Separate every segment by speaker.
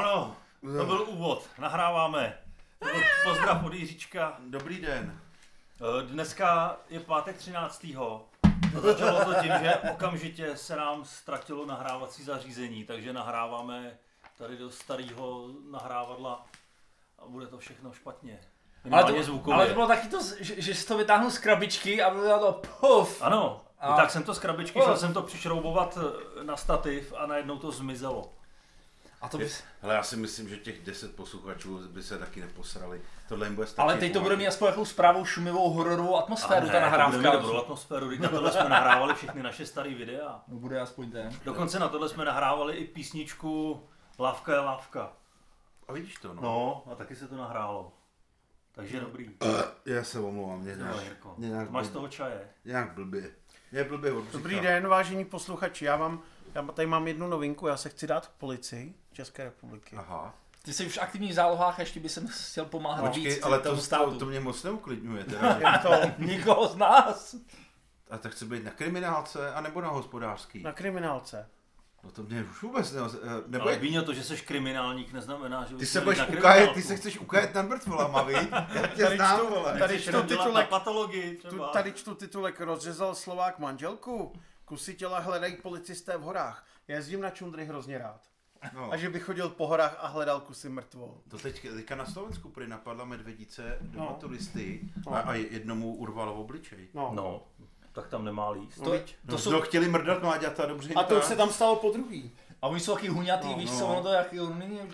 Speaker 1: No.
Speaker 2: To byl úvod, nahráváme. To byl pozdrav od Jiříčka.
Speaker 3: Dobrý den.
Speaker 2: Eh, Dneska je pátek 13. A začalo to tím, že okamžitě se nám ztratilo nahrávací zařízení, takže nahráváme tady do starého nahrávadla a bude to všechno špatně.
Speaker 1: Ale
Speaker 2: Minimálně
Speaker 1: to,
Speaker 2: zvukově.
Speaker 1: ale to bylo taky to, že, že jsi to vytáhnul z krabičky a bylo to puf.
Speaker 2: Ano,
Speaker 1: A-
Speaker 2: a... tak jsem to z krabičky,
Speaker 1: Oh.
Speaker 2: šel jsem to přišroubovat eh, na stativ a najednou to zmizelo.
Speaker 1: A to bys,
Speaker 3: Hele, já si myslím, že těch 10 posluchačů by se taky neposrali. Tohle jim bude stačit.
Speaker 1: ale teď to bude mít aspoň jakou zprávou šumivou hororovou atmosféru, ta
Speaker 2: Budeme
Speaker 1: nahrávka.
Speaker 2: dobrou atmosféru, teď na tohle jsme nahrávali všechny naše staré videa.
Speaker 1: No bude aspoň ten.
Speaker 2: Dokonce na tohle jsme nahrávali i písničku Lávka je lávka.
Speaker 3: A vidíš to, no.
Speaker 2: No, a taky se to nahrálo. Takže dobrý.
Speaker 3: No, Já se omlouvám, mě
Speaker 2: No,
Speaker 3: nějak,
Speaker 2: Jirko,
Speaker 3: mě Eh. nějak,
Speaker 2: máš
Speaker 3: blb-
Speaker 2: toho čaje.
Speaker 3: nějak blbě. Mě blbě od
Speaker 4: Dobrý
Speaker 3: břicha.
Speaker 4: den, vážení posluchači. Já vám, já tady mám jednu novinku. Já se chci dát k policii České republiky.
Speaker 3: Aha.
Speaker 1: Ty jsi už aktivní v zálohách, ještě bych sem chtěl pomáhat
Speaker 3: Počkej,
Speaker 1: víc
Speaker 3: ale
Speaker 1: tomu
Speaker 3: to,
Speaker 1: státu.
Speaker 3: to, to mě moc neuklidňuje. Teda.
Speaker 4: Je to
Speaker 1: Nikoho z nás.
Speaker 3: No, A tak chci být na kriminálce, anebo na hospodářský.
Speaker 4: na kriminálce.
Speaker 3: No to mě už vůbec ne... Nebo
Speaker 2: Nebo
Speaker 3: je,
Speaker 2: Ale to, že jsi kriminálník, neznamená, že
Speaker 3: ty
Speaker 2: bys
Speaker 3: se
Speaker 2: měl
Speaker 3: budeš
Speaker 2: jít na
Speaker 3: ukájet, ty
Speaker 2: kriminálku.
Speaker 3: se chceš ukájet nad mrtvolama, víš? Já tě
Speaker 4: Tady
Speaker 3: znám,
Speaker 4: čtu-
Speaker 3: vole.
Speaker 4: tady
Speaker 2: Chceš
Speaker 4: čtu
Speaker 2: jenom dělat na
Speaker 4: titulek.
Speaker 2: patologii
Speaker 4: Tu,
Speaker 2: třeba.
Speaker 4: tady čtu titulek. Rozřezal Slovák manželku. Kusy těla hledají policisté v horách. Jezdím na čundry hrozně rád.
Speaker 3: No.
Speaker 4: A že bych chodil po horách a hledal kusy mrtvou.
Speaker 3: To teď, teďka na Slovensku prý napadla medvědice do
Speaker 4: No.
Speaker 3: motoristy a, a jednomu urvalo obličej.
Speaker 4: No.
Speaker 2: No, tak tam nemá líst.
Speaker 3: No,
Speaker 1: To, to
Speaker 3: jsou... no
Speaker 1: jsou,
Speaker 3: chtěli mrdat mláďata, dobře.
Speaker 4: A to už se tam stalo po druhý.
Speaker 1: a oni jsou taky huňatý,
Speaker 4: No,
Speaker 1: víš
Speaker 3: no.
Speaker 1: co, ono to jak,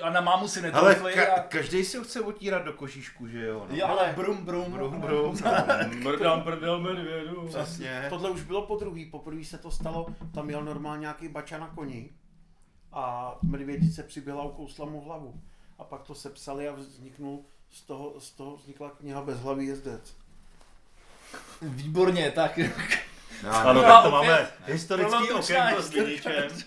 Speaker 1: a na mámu si
Speaker 3: Ale
Speaker 1: netrofli
Speaker 3: ka-
Speaker 1: a...
Speaker 3: každý si ho chce otírat do košíšku, že jo? No.
Speaker 1: Jo, ale
Speaker 4: Ale-
Speaker 1: brum, brum,
Speaker 3: Brum, brum.
Speaker 2: Mrdám prdel medvědu.
Speaker 3: Přesně.
Speaker 4: Vlastně Tohle už bylo po druhý. Poprvé se to stalo, tam jel normálně nějaký bača na koni a medvědice přiběla a ukousla mu hlavu. A pak to sepsali a vzniknul z toho, z toho vznikla kniha Bezhlavý jezdec.
Speaker 1: Výborně, tak.
Speaker 3: No,
Speaker 2: Ano,
Speaker 3: no.
Speaker 2: tak to
Speaker 1: opět.
Speaker 2: máme historický
Speaker 1: Romantická
Speaker 2: okénko s
Speaker 1: historie.
Speaker 2: Viníčem.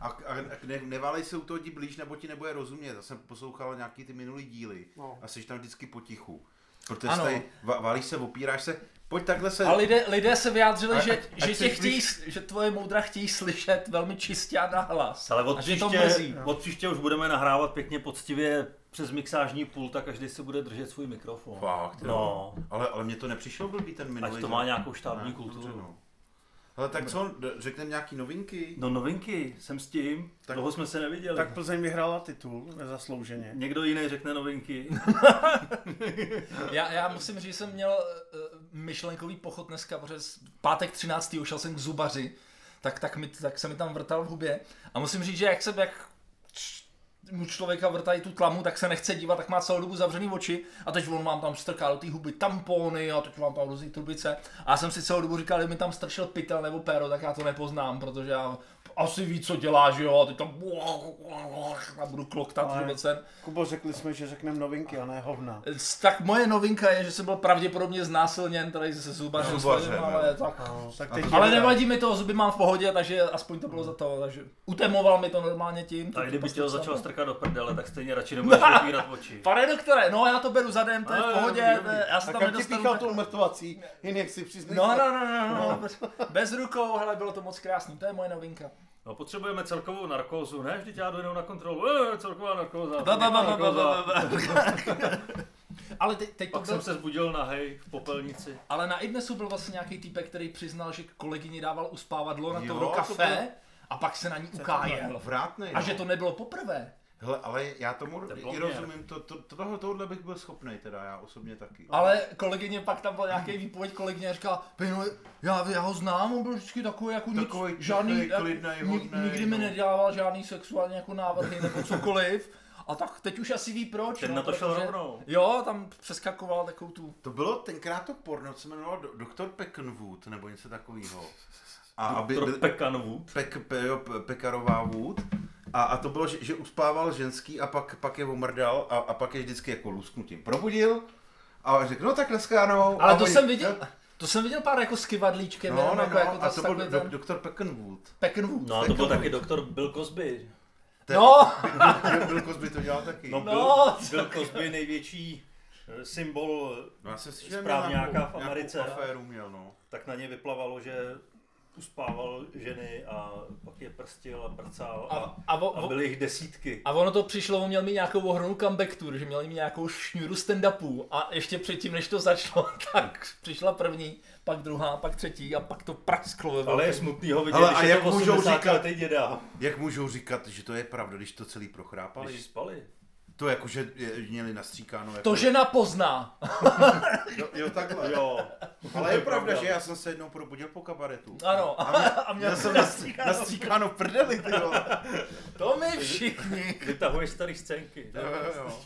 Speaker 3: A, a, a ne, neválej se u toho jdi blíž, nebo ti nebude rozumět. Já jsem poslouchal nějaký ty minulý díly
Speaker 4: No.
Speaker 3: a jsi tam vždycky potichu. Protože
Speaker 1: Ano.
Speaker 3: tady va- válíš se, opíráš se, pojď takhle se...
Speaker 1: A lidé, lidé se vyjádřili,
Speaker 3: A-
Speaker 1: že,
Speaker 3: ať-
Speaker 1: že,
Speaker 3: ať
Speaker 1: tě
Speaker 3: se
Speaker 1: chtějí, že tvoje moudra chtějí slyšet velmi čistě a nahlas.
Speaker 2: Ale od
Speaker 1: a že to
Speaker 2: příště,
Speaker 1: mrzí.
Speaker 2: od příště už budeme nahrávat pěkně poctivě přes mixážní pult a každý si bude držet svůj mikrofon.
Speaker 3: Fakt, jo.
Speaker 2: no,
Speaker 3: Ale, ale mně to nepřišlo blbý ten minulý.
Speaker 2: ať to má
Speaker 3: za-
Speaker 2: nějakou štábní
Speaker 3: Ne, dobře,
Speaker 2: kulturu.
Speaker 3: no. Ale tak co, d- řekneme nějaký novinky?
Speaker 2: No novinky, jsem s tím, tak,
Speaker 3: Tak-
Speaker 2: dlouho jsme se neviděli.
Speaker 4: Tak Plzeň vyhrála titul nezaslouženě.
Speaker 2: Někdo jiný řekne novinky.
Speaker 1: Já, já musím říct, že jsem měl uh, myšlenkový pochod dneska, protože z- pátek 13. šel jsem k zubaři, tak, tak, mi, tak se mi tam vrtal v hubě. A musím říct, že jak se jak č- mu člověka vrtají tu tlamu, tak se nechce dívat, tak má celou dobu zavřený oči a teď on vám tam strká do té huby tampony a teď vám tam různý trubice. A já jsem si celou dobu říkal, kdyby mi tam strčil pytel nebo péro, tak já to nepoznám, protože já asi ví, co dělá, že jo, a teď tam a budu kloktat
Speaker 4: Ale-
Speaker 1: vůbec ten.
Speaker 4: Kubo, řekli jsme, že řekneme novinky a ne hovna.
Speaker 1: Tak moje novinka je, že jsem byl pravděpodobně znásilněn tady se zubařem,
Speaker 3: Zubařem,
Speaker 1: svým,
Speaker 3: jo.
Speaker 1: ale, tak.
Speaker 4: No, tak teď
Speaker 1: ale nevadí mi to, zuby mám v pohodě, takže aspoň to bylo za to, takže utemoval mi to prostě normálně tím.
Speaker 2: A kdyby tě ho začal
Speaker 1: strkat.
Speaker 2: strkat do prdele, tak stejně radši nebudeš otvírat oči.
Speaker 1: Pane doktore, no já to beru zadem, to je
Speaker 2: Ale,
Speaker 1: v pohodě,
Speaker 2: dobrý, dobrý.
Speaker 1: ne, já se
Speaker 4: Tak
Speaker 1: tam
Speaker 4: kam ti
Speaker 1: nedostanu.
Speaker 4: píchal
Speaker 1: tak-
Speaker 4: tu mrtvací, jinak si přiznej.
Speaker 1: No, no, no, no, no, no, bez, bez rukou, hele, bylo to moc krásný, to je moje novinka.
Speaker 2: No potřebujeme celkovou narkózu, ne? Vždyť já jdu jenom na kontrolu. E, celková narkóza.
Speaker 1: Ba, ba, ba, ba, ba, ba,
Speaker 2: narkóza.
Speaker 1: ba. Ale teď, teď to
Speaker 2: Pak
Speaker 1: byl
Speaker 2: jsem se zbudil nahej v popelnici.
Speaker 1: Ale na Idnesu byl vlastně nějaký týpek, který přiznal, že kolegyni dával uspávadlo na
Speaker 3: Jo,
Speaker 1: to do
Speaker 3: to
Speaker 1: kafe
Speaker 3: bylo-
Speaker 1: a pak se na ní ukájel.
Speaker 3: Vrátnej.
Speaker 1: A
Speaker 3: no.
Speaker 1: že to nebylo poprvé.
Speaker 3: Hele, ale já tomu
Speaker 2: To je
Speaker 3: i
Speaker 2: poměr.
Speaker 3: rozumím, to, to, to, toho, tohle bych byl schopný teda, já osobně taky.
Speaker 1: Ale kolegyně pak tam byl nějaký výpověď, kolegyně říká, "Pejno, já, já ho znám, on byl vždycky takový jako nic,
Speaker 3: Takový tichý,
Speaker 1: žádný, jak-
Speaker 3: klidnej,
Speaker 1: nik-
Speaker 3: hodnej,
Speaker 1: nikdy mi
Speaker 3: no."
Speaker 1: nedával žádný sexuální jako návrhy nebo cokoliv. A tak teď už asi ví proč. no,
Speaker 2: Ten na to šel
Speaker 1: protože-
Speaker 2: rovnou.
Speaker 1: Jo, tam přeskakoval takovou tu.
Speaker 3: To bylo tenkrát to porno, co se jmenovalo Do- Doktor Peckenwood, nebo něco takového. A aby
Speaker 2: Pro
Speaker 3: byl
Speaker 2: pekanvu.
Speaker 3: pek, pe, jo, pe, Pekarová Wood. A, a to bylo, že, že uspával ženský a pak, pak je omrdal a, a pak je vždycky jako lusknutím probudil. A řekl, no tak leskánou.
Speaker 1: Ale
Speaker 3: a
Speaker 1: to
Speaker 3: oni-
Speaker 1: jsem viděl, to jsem viděl pár jako s kyvadlíčkem,
Speaker 3: No, no,
Speaker 1: jenom
Speaker 3: no,
Speaker 1: jako, jako
Speaker 3: a
Speaker 1: tas-
Speaker 3: to byl
Speaker 1: takový
Speaker 3: do,
Speaker 1: ten
Speaker 3: doktor Peckenwood.
Speaker 1: Peckenwood.
Speaker 2: No a to byl taky doktor Bill Cosby.
Speaker 3: Ten,
Speaker 1: no.
Speaker 3: Bill Cosby to dělal taky.
Speaker 2: No,
Speaker 3: No,
Speaker 2: Bill, Bill Cosby největší eh, symbol
Speaker 3: já jsem si že měl
Speaker 2: Správňáka
Speaker 3: nějakou-
Speaker 2: v Americe.
Speaker 3: Nějakou aféru měl, no.
Speaker 2: tak na ně vyplavalo, že
Speaker 5: uspával ženy a pak je prstil a brcal a,
Speaker 1: A, a, vo,
Speaker 5: a
Speaker 1: vo,
Speaker 5: byly jich desítky.
Speaker 1: a ono to přišlo, on měl mít nějakou ohromnou comeback tour, že měl mít nějakou šňůru stand-upů a ještě předtím, než to začalo, tak přišla první, pak druhá, pak třetí a pak to prasklo ve
Speaker 5: Ale je
Speaker 1: velkém.
Speaker 5: smutný ho vidět,
Speaker 3: Hele,
Speaker 5: když
Speaker 3: a
Speaker 5: je
Speaker 3: jak
Speaker 5: to
Speaker 3: můžou
Speaker 5: 80
Speaker 3: říkat-
Speaker 5: letý děda.
Speaker 3: Jak můžou říkat, že to je pravda, když to celý prochrápali?
Speaker 5: Když spali.
Speaker 3: To jako, že je- měli nastříkáno. Jako...
Speaker 1: To žena pozná.
Speaker 3: Jo, jo, takhle. Jo.
Speaker 5: Jo.
Speaker 3: Ale je pravda, že já jsem se jednou probudil po kabaretu.
Speaker 1: Ano.
Speaker 3: A mě,
Speaker 1: A měl
Speaker 3: já jsem nastříkáno, nastříkáno v prdeli, ty vole.
Speaker 1: To my všichni.
Speaker 5: Vytahuješ starý scénky.
Speaker 3: Jo, jo, jo.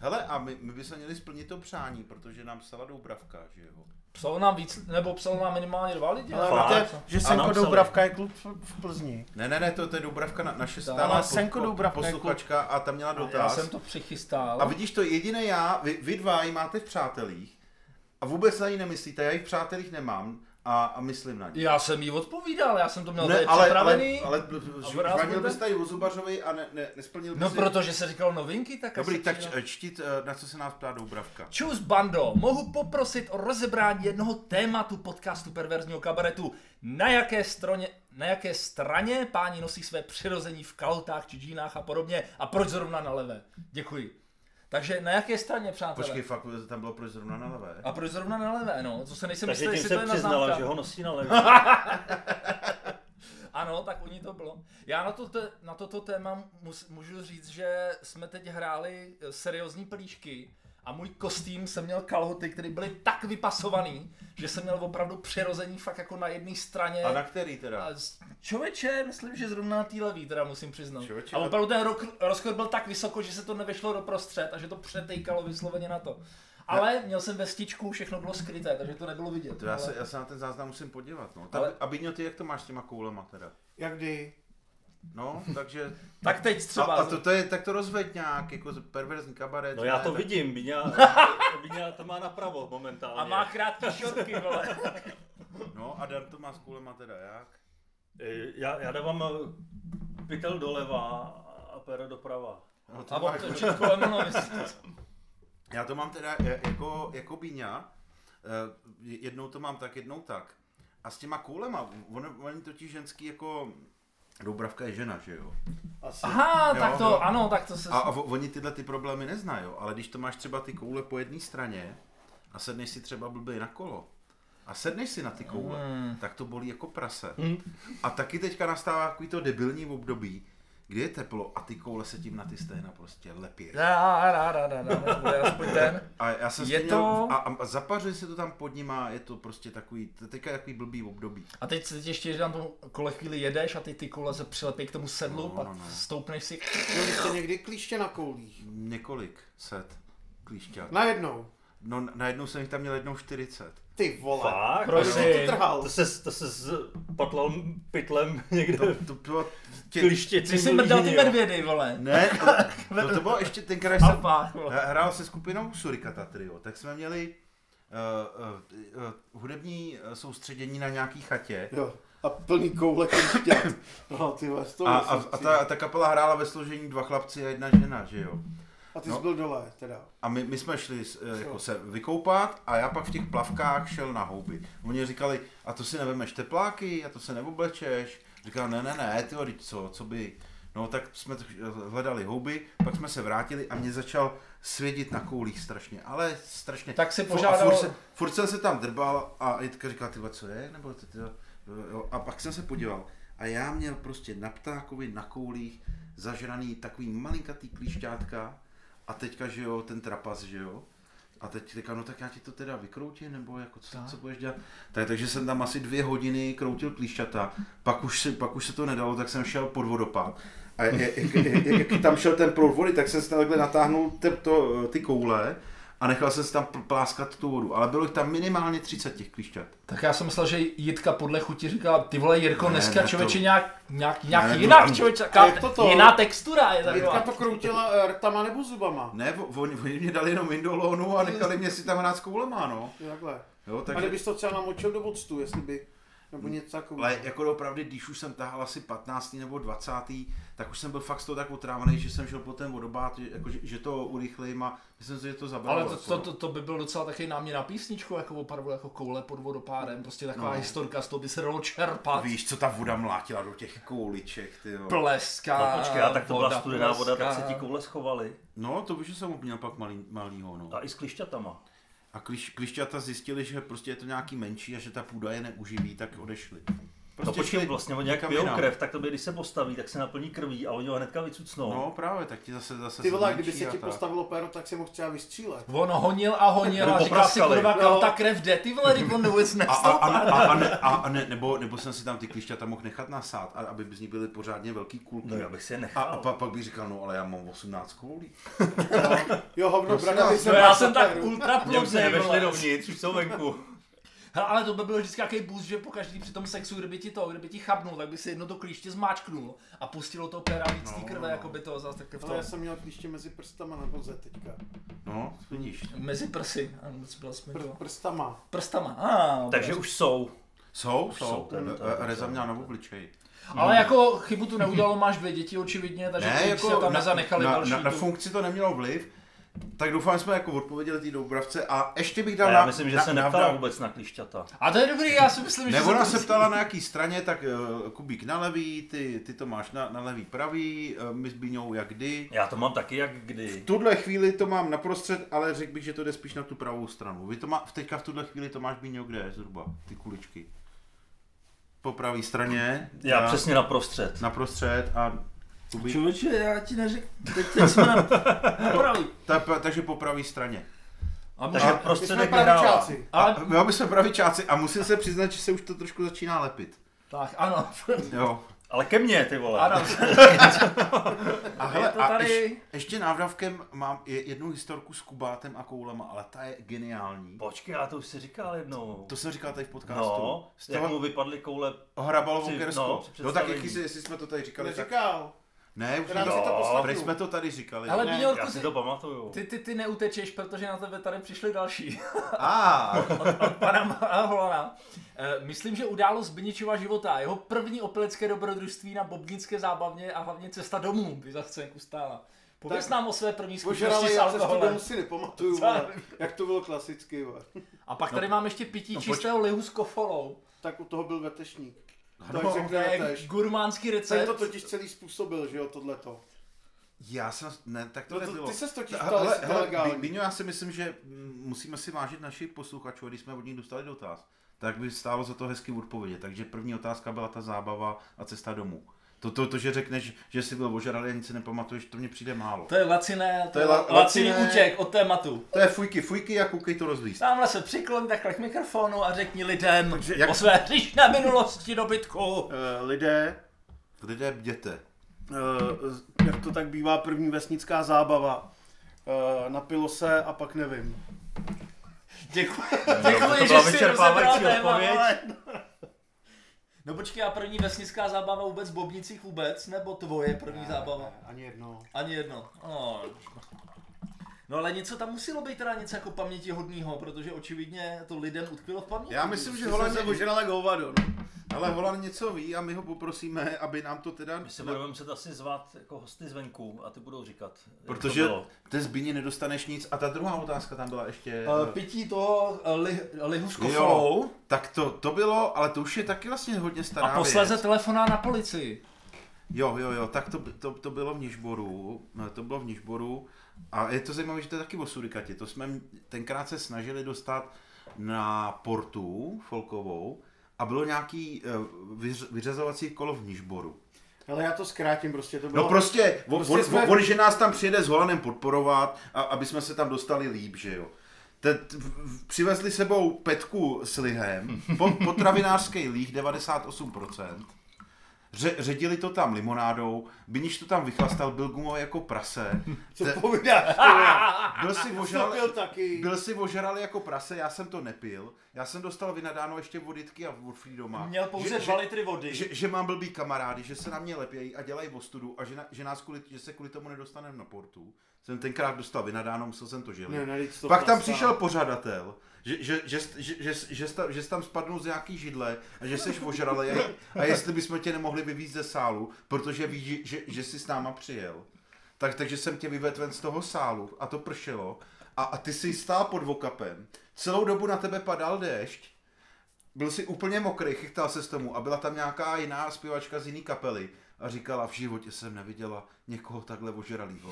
Speaker 3: Hele, a my, my bychom měli splnit to přání, protože nám psala Doubravka, že jo?
Speaker 1: Psal nám víc, nebo psal nám minimálně dva lidi.
Speaker 4: Ale
Speaker 5: Fakt?
Speaker 4: víte, že
Speaker 5: A
Speaker 4: Senko
Speaker 5: napsali.
Speaker 4: Doubravka je klub v, v Plzni.
Speaker 3: Ne, ne, ne, to, to je Doubravka, na, naše
Speaker 4: Ale
Speaker 3: stálá
Speaker 4: Senko Doubravka je
Speaker 3: posluchačka a ta měla
Speaker 1: Já
Speaker 3: dotaz.
Speaker 1: jsem to přichystal.
Speaker 3: A vidíš to, jediné já, vy, vy dva ji máte v přátelích a vůbec na ní nemyslíte, já ji v přátelích nemám a, a myslím na ní.
Speaker 1: Já jsem jí odpovídal, já jsem to měl
Speaker 3: Ne,
Speaker 1: tady
Speaker 3: ale, ale,
Speaker 1: připravený.
Speaker 3: ale
Speaker 1: vrát
Speaker 3: žvanil
Speaker 1: budete?
Speaker 3: bys tady o Zubařovi a ne, ne, nesplnil bys
Speaker 1: No
Speaker 3: si-
Speaker 1: protože se říkal novinky, tak
Speaker 3: Dobrý,
Speaker 1: asi
Speaker 3: tak
Speaker 1: přijde.
Speaker 3: č- čtit, eh, na co se nás ptá Doubravka.
Speaker 1: Čus bando, mohu poprosit o rozebrání jednoho tématu podcastu Perverzního kabaretu. Na jaké, stroně, na jaké straně páni nosí své přirození v kalotách či džínách a podobně a proč zrovna na levé? Děkuji. Takže na jaké straně, přátelé?
Speaker 3: Počkej, fakt, tam bylo proč zrovna na levé.
Speaker 1: A proč zrovna na levé, no? Co se nejsem
Speaker 5: Takže
Speaker 1: jistý,
Speaker 5: tím
Speaker 1: jestli to
Speaker 5: se
Speaker 1: je na
Speaker 5: přiznala,
Speaker 1: známka.
Speaker 5: že ho nosí na levo.
Speaker 1: Ano, tak u ní to bylo. Já na, to te, na toto téma mus, můžu říct, že jsme teď hráli eh, seriózní plíšky a můj kostým jsem měl kalhoty, které byly tak vypasovaný, že jsem měl opravdu přirození fakt jako na jedné straně.
Speaker 3: A na který teda?
Speaker 1: A z- Člověče, myslím, že zrovna na té levý, teda musím přiznat.
Speaker 3: Člověče,
Speaker 1: a
Speaker 3: ale-
Speaker 1: opravdu ten rok, rozchod byl tak vysoko, že se to nevešlo do prostřed a že to přetejkalo vysloveně na to. Ale měl jsem vestičku, všechno bylo skryté, takže to nebylo vidět.
Speaker 3: To já,
Speaker 1: ale...
Speaker 3: se, já se na ten záznam musím podívat, no. Tam,
Speaker 1: Ale-
Speaker 3: ale... A Bíňo, ty jak to máš s těma koulema teda?
Speaker 4: Jak kdy?
Speaker 3: No, takže...
Speaker 1: Tak teď
Speaker 3: A,
Speaker 1: třeba.
Speaker 3: a to, to je, tak to rozveď nějak, jako z- perverzní kabaret.
Speaker 5: No já
Speaker 3: ne,
Speaker 5: to
Speaker 3: tak-
Speaker 5: vidím, Bíňa, Bíňa to má napravo momentálně.
Speaker 1: a má krátký šortky, vole.
Speaker 3: No a Dan to má s koulema teda jak?
Speaker 5: E, Já, já dávám eh, pytel doleva a pero doprava.
Speaker 3: No, to
Speaker 1: A on
Speaker 3: máš-
Speaker 1: točí kolem mnou, myslím.
Speaker 3: Já to mám teda eh, jako, jako Bíňa, eh, jednou to mám tak, jednou tak. A s těma koulema, on, on totiž ženský jako... Doubravka je žena, že jo?
Speaker 4: Asi.
Speaker 1: Aha,
Speaker 3: Jo,
Speaker 1: tak to,
Speaker 3: jo.
Speaker 1: ano, tak to se...
Speaker 3: A, a vo- oni tyhle ty problémy neznají, jo? ale když to máš třeba ty koule po jedné straně a sedneš si třeba blbě na kolo a sedneš si na ty koule,
Speaker 1: Hmm.
Speaker 3: tak to bolí jako prase. A taky teďka nastává takový to debilní období, kdy je teplo a ty koule se tím na ty stehna prostě lepí.
Speaker 1: Rá, rá, rá, rá, rá, to bude aspoň ten.
Speaker 3: A já jsem
Speaker 1: Je
Speaker 3: stejně-
Speaker 1: to-
Speaker 3: a, a zapařuje se to tam pod ním a je to prostě takový, to je teďka takový blbý období.
Speaker 1: A teď, teď ještě, že tam tomu kole chvíli jedeš a ty ty kola se přilepí k tomu sedlu,
Speaker 3: No,
Speaker 1: pak
Speaker 3: no, no.
Speaker 1: stoupneš si...
Speaker 4: Měli jste někdy klíště na koulích.
Speaker 3: Několik set klíšťák.
Speaker 4: Najednou.
Speaker 3: No najednou jsem jich tam měl jednou 40.
Speaker 4: Ty vole.
Speaker 5: Fakt?
Speaker 4: Proč jsi to
Speaker 1: Prosím.
Speaker 4: trhal?
Speaker 5: To se, to se s patlal pytlem někde
Speaker 3: To,
Speaker 5: to,
Speaker 3: to bylo tě...
Speaker 5: klištěcím.
Speaker 1: Ty jsi mrdal ty medvědy, vole.
Speaker 3: Ne, to, to, to bylo ještě tenkrát, když jsem
Speaker 1: Alpách, vole.
Speaker 3: H- Hrál se skupinou Surikata Trio, tak jsme měli uh, uh, uh, hudební eh, soustředění na nějaký chatě
Speaker 4: Jo. A plný koule klíště. No ty vole, to
Speaker 3: a, a, a, ta, ta kapela hrála ve složení dva chlapci a jedna žena, že jo.
Speaker 4: a ty jsi
Speaker 3: no.
Speaker 4: byl dole teda.
Speaker 3: A my, my jsme šli s- eh, jako se vykoupat a já pak v těch plavkách šel na houby. Oni říkali, a to si nevemeš tepláky, a to se neoblečeš. Říkal, ne, ne, ne, ty vole, co, co by. No tak jsme t- hledali houby, pak jsme se vrátili a mě začal svědit na koulích strašně, ale strašně.
Speaker 1: Tak si
Speaker 3: Fu-
Speaker 1: požádal-
Speaker 3: A furt, se, furt jsem se tam drbal a Jitka říkala, ty vole, co je, nebo ty, ty, jo, jo. A pak jsem se podíval a já měl prostě na ptákovi, na koulích zažraný takový malinkatý klíšťátka a teďka, že jo, ten trapas, že jo. A teď říká, no tak já ti to teda vykroutím, nebo jako co, co budeš dělat. Tak, takže jsem tam asi dvě hodiny kroutil klíšťata, pak už, se, pak už se to nedalo, tak jsem šel pod vodopád. A jak, jak, jak, jak tam šel ten proud vody, tak jsem si takhle natáhnul te, to, ty koule a nechal jsem si tam pl- pláskat tu vodu. Ale bylo jich tam minimálně 30 těch klíšťat.
Speaker 1: Tak já jsem myslel, že Jitka podle chuti říkala, ty vole Jirko,
Speaker 3: Ne,
Speaker 1: dneska
Speaker 3: ne,
Speaker 1: člověče
Speaker 3: to-
Speaker 1: nějak, nějak, nějak
Speaker 3: Ne, to-
Speaker 1: jinak, člověče,
Speaker 4: A
Speaker 1: taká
Speaker 4: jak to to?
Speaker 1: jiná textura je
Speaker 4: Jitka
Speaker 1: taková.
Speaker 4: to kroutila eh, rtama nebo zubama.
Speaker 3: Ne, vo- oni, oni mě dali jenom indolonu a nechali mě si tam hrát s koulema, no.
Speaker 4: Jo, Takhle.
Speaker 3: Jo,
Speaker 4: Takže... A
Speaker 3: takže... Hmm.
Speaker 4: kdybys to třeba namočil do octu, jestli by nebo něco takového.
Speaker 3: Ale jako opravdu, když už jsem tahal asi 15. nebo 20. tak už jsem byl fakt z toho tak otrávený, že jsem šel potom vodobát, že, jako, že, že to urychlím a myslím si, že to zabralo.
Speaker 1: Ale to, to,
Speaker 3: jako.
Speaker 1: to, to, by byl docela taky námět na písničku, jako opravdu jako koule pod vodopádem, prostě taková no. historka, z toho by se dalo čerpat.
Speaker 3: Víš, co ta voda mlátila do těch kouliček, ty jo.
Speaker 1: Pleská,
Speaker 5: No počkej, a tak to byla
Speaker 1: voda
Speaker 5: studená voda, tak se
Speaker 1: pleská.
Speaker 5: ti koule schovaly.
Speaker 3: No, to víš, že jsem měl pak malý, malýho, no.
Speaker 5: A i s klišťatama.
Speaker 3: A kliš, klišťata zjistili, že prostě je to nějaký menší a že ta půda je neuživí, tak odešli.
Speaker 5: No počkej,
Speaker 3: šli
Speaker 5: vlastně oni jak
Speaker 3: někam
Speaker 5: pijou
Speaker 3: jinam.
Speaker 5: krev, tak to by, když se postaví, tak se naplní krví a oni ho hnedka vycucnou.
Speaker 3: No právě, tak ti zase zase
Speaker 4: Ty vole,
Speaker 3: zmenší
Speaker 4: kdyby se
Speaker 3: a
Speaker 4: ti
Speaker 3: tak.
Speaker 4: postavilo péro, tak si mohl třeba vystřílet.
Speaker 1: On honil a honil a
Speaker 5: Nebo
Speaker 1: říkal si,
Speaker 5: popraskali.
Speaker 1: kurva,
Speaker 4: No.
Speaker 1: kam ta krev jde, ty vole, teď on vůbec
Speaker 3: A, a,
Speaker 1: nevstal.
Speaker 3: a, a, a, ne, a, a ne, nebo, nebo jsem si tam ty klišťata mohl nechat nasát, a, aby z ní byly pořádně velký kulky.
Speaker 5: No já bych si je
Speaker 3: a,
Speaker 5: nechal.
Speaker 3: a pa, pak bych říkal, no ale já mám 18 koulí.
Speaker 4: Jo, hovno,
Speaker 3: Prosím vás,
Speaker 4: brada, vy
Speaker 1: No
Speaker 4: jsem
Speaker 1: já
Speaker 4: vás
Speaker 1: jsem tak
Speaker 4: zaperu.
Speaker 1: ultra
Speaker 5: Mě už se
Speaker 1: plodnej,
Speaker 5: nevešli
Speaker 1: vole.
Speaker 5: dovnitř, už jsou venku.
Speaker 1: Hele, ale to by byl vždycky nějaký boost, že po každý při tom sexu, kdyby ti to, kdyby ti chabnul, tak by si jedno to klíště zmáčknul a pustilo to péra víc té krve, jako by to zase tak v
Speaker 4: Ale
Speaker 1: tom.
Speaker 4: No, já jsem měl klíště mezi prstama na noze teďka.
Speaker 3: No, vidíš.
Speaker 1: Mezi prsy, ano, moc byla jsme
Speaker 4: Pr-
Speaker 3: No.
Speaker 1: to.
Speaker 4: prstama.
Speaker 1: Prstama, ah,
Speaker 5: Takže už jsou.
Speaker 3: Jsou,
Speaker 5: jsou,
Speaker 3: jsou.
Speaker 5: to je- to je-
Speaker 3: Eh, Reza měl na obličeji.
Speaker 5: No,
Speaker 1: Ale jako chybu tu neudělalo, máš dvě děti očividně, takže ne, jako se tam nezanechali
Speaker 3: na,
Speaker 1: další.
Speaker 3: na, na
Speaker 1: tu-
Speaker 3: funkci to nemělo vliv, tak doufám, že jsme jako odpověděli té dobravce a ještě bych dal
Speaker 5: A já
Speaker 3: na-
Speaker 5: myslím, že
Speaker 3: na-
Speaker 5: se
Speaker 3: na-
Speaker 5: neptala
Speaker 3: na-
Speaker 5: vůbec na klišťata.
Speaker 1: A to je dobrý, já si myslím, že...
Speaker 3: Nebo
Speaker 1: jsem-
Speaker 3: ona se ptala na jaký straně, tak eh, Kubík na levý, ty, ty to máš na, na levý pravý, eh, my s Bíňou jak kdy.
Speaker 5: Já to mám taky jak kdy.
Speaker 3: V tuhle chvíli to mám naprostřed, ale řekl bych, že to jde spíš na tu pravou stranu. Vy to má, teďka v tuhle chvíli to máš Bíňo kde zhruba, ty kuličky. Po pravé straně,
Speaker 5: Já
Speaker 3: na-
Speaker 5: přesně naprostřed.
Speaker 3: naprostřed a Kubík.
Speaker 1: Člověče, já ti neřeknu, teď, teď jsme na... na pravý.
Speaker 3: Ta, pa- takže po pravé straně.
Speaker 1: A může... Takže...
Speaker 5: Takže
Speaker 4: My jsme
Speaker 5: prostředek vyhrál.
Speaker 4: pravičáci.
Speaker 1: Ale,
Speaker 3: A, jo, my jsme pravičáci a musím se přiznat, že se už to trošku začíná lepit.
Speaker 1: tak, ano.
Speaker 3: Jo.
Speaker 5: Ale ke mně, ty vole.
Speaker 1: Adam,
Speaker 3: A,
Speaker 1: je to tady.
Speaker 3: ještě návravkem mám je- jednu historku s Kubátem a koulama, ale ta je geniální.
Speaker 5: Počkej, já to už si říkal jednou.
Speaker 3: To jsem říkal tady v podcastu.
Speaker 5: no,
Speaker 3: z
Speaker 5: jak mu
Speaker 3: toho
Speaker 5: vypadly koule.
Speaker 3: hrabalo
Speaker 5: při-
Speaker 3: Vokersko.
Speaker 5: no,
Speaker 3: No,
Speaker 5: při
Speaker 3: tak
Speaker 5: představení.
Speaker 3: jaký, si- jestli jsme to tady říkali, tak...
Speaker 4: Neříkal.
Speaker 3: Ne, už
Speaker 4: Já si
Speaker 3: no,
Speaker 4: to poslechnu.
Speaker 3: prej jsme to tady říkali.
Speaker 1: ale
Speaker 4: Ne,
Speaker 1: Bíňorku,
Speaker 5: Já si to
Speaker 1: ty,
Speaker 5: pamatuju.
Speaker 1: ty, ty, ty neutečeš, protože na tebe tady přišli další.
Speaker 3: A,
Speaker 1: od pana Ma- Holana. Eh, Myslím, že událost Biničova života, jeho první opilecké dobrodružství na Bobnické zábavně a hlavně cesta domů by za scénku stála. Pověz
Speaker 4: Tak.
Speaker 1: nám o své první zkušenosti
Speaker 4: Ožrali,
Speaker 1: s
Speaker 4: já se
Speaker 1: alkoholem.
Speaker 4: domů si nepamatuju,
Speaker 1: Co já
Speaker 4: vole. Jak to bylo klasicky, vole.
Speaker 1: A pak tady mám ještě pití
Speaker 3: No,
Speaker 1: čistého lihu s kofolou.
Speaker 4: Tak u toho byl vetešník.
Speaker 3: No,
Speaker 4: Tak
Speaker 1: To
Speaker 4: řekne
Speaker 1: je
Speaker 4: vetež.
Speaker 1: gurmánský
Speaker 4: Ten
Speaker 1: recept.
Speaker 4: to totiž celý způsobil, že jo, tohleto.
Speaker 3: já jsem, ne, tak to
Speaker 4: No to-
Speaker 3: nebylo.
Speaker 4: ty ses totiž
Speaker 3: Ta-
Speaker 4: ptal,
Speaker 3: hele,
Speaker 4: jestli to
Speaker 3: hele,
Speaker 4: legální.
Speaker 3: Bi- Biňo, já si myslím, že mm, musíme si vážit našich posluchačů, a když jsme od nich dostali dotaz, tak by stálo za to hezky odpovědět. Takže první otázka byla ta zábava a cesta domů. To, to, to že řekneš, že jsi byl ožralý a nic si nepamatuješ, to mně přijde málo.
Speaker 1: To je laciné, to,
Speaker 3: To
Speaker 1: je
Speaker 3: je
Speaker 1: la,
Speaker 3: la-
Speaker 1: laciný
Speaker 3: laciné.
Speaker 1: útěk od tématu.
Speaker 3: To je fujky, fujky a koukej to rozlíst.
Speaker 1: Tamhle se přiklon takhle k mikrofonu a řekni lidem Takže
Speaker 3: jak-
Speaker 1: o své hříšné minulosti dobytku.
Speaker 4: Eh, lidé,
Speaker 3: Lidé bděte.
Speaker 4: eh, z- jak to tak bývá, první vesnická zábava. Eh, napilo se a pak nevím.
Speaker 1: Děkuji,
Speaker 5: to
Speaker 1: děkuji že
Speaker 5: byla
Speaker 1: jsi rozebral
Speaker 5: vyčerpávající
Speaker 1: téma,
Speaker 5: odpověď.
Speaker 1: vole. No počkej, a první vesnická zábava vůbec v Bobnicích vůbec, nebo tvoje první zábava?
Speaker 4: Ne, ani jedno.
Speaker 1: Ani jedno. No. no ale něco tam muselo být teda něco jako pamětihodného, protože očividně to lidem utkvělo v paměti.
Speaker 3: Já myslím, že
Speaker 4: Hola
Speaker 3: Holan,
Speaker 4: se ožrala govado, no.
Speaker 3: ale Holan něco ví a my ho poprosíme, aby nám to teda...
Speaker 5: My si budeme muset asi zvát jako hosty zvenku a ty budou říkat. jak
Speaker 1: Jako
Speaker 5: to
Speaker 3: Protože
Speaker 5: bylo.
Speaker 3: ty z Bíně nedostaneš nic. A ta druhá otázka tam byla ještě...
Speaker 1: Eh, Pití toho eh, li, lihu s kofolou
Speaker 3: Tak to, to bylo, ale to už je taky vlastně hodně stará
Speaker 1: a posléze
Speaker 3: věc.
Speaker 1: telefoná na policii.
Speaker 3: Jo, jo, jo, tak to, to, to bylo v Nižboru, no, to bylo v Nižboru a je to zajímavé, že to je taky o surikati, to jsme m- tenkrát se snažili dostat na portu folkovou a bylo nějaký eh, vyř, vyřazovací kolo v Nižboru.
Speaker 4: Ale já to zkrátím prostě, to bylo...
Speaker 3: No prostě, on,
Speaker 4: Prostě
Speaker 3: on,
Speaker 4: jsme-
Speaker 3: on, že nás tam přijede s Holanem podporovat, a, aby jsme se tam dostali líp, že jo. Te, t, v- přivezli sebou petku s lihem, po, potravinářský líh 98%, ře, ředili to tam limonádou, Biniš to tam vychlastal, byl gumový jako prase,
Speaker 4: Co
Speaker 3: te,
Speaker 4: povídáš, ty vole?
Speaker 3: byl si
Speaker 4: Já
Speaker 3: ožralý,
Speaker 4: byl taky.
Speaker 3: byl si ožral jako prase, já jsem to nepil, já jsem dostal vynadáno ještě voditky a od Freedoma.
Speaker 1: Měl pouze
Speaker 3: Že-
Speaker 1: dva
Speaker 3: že-
Speaker 1: litry vody.
Speaker 3: Jako, že, že mám blbý kamarády, že se na mě lepějí a dělají ostudu a že, na, že nás kvůli, že se kvůli tomu nedostaneme na portu, jsem tenkrát dostal vynadáno, musel jsem to živit.
Speaker 4: Ne, ne, vždyť to
Speaker 3: Pak tam
Speaker 4: plastá.
Speaker 3: přišel pořadatel, že, že, že, že, že, že, že, že jsi tam spadnul z nějaký židle a že jsi ožralý a, a jestli bychom tě nemohli vyvízt ze sálu, protože ví, že, že, že jsi s náma přijel. Tak, takže jsem tě vyvedl ven z toho sálu a to pršelo a, a ty jsi stál pod vokapem. Celou dobu na tebe padal déšť, byl jsi úplně mokrý, chytal se s tomu a byla tam nějaká jiná zpěvačka z jiný kapely a říkala, v životě jsem neviděla někoho takhle ožralýho.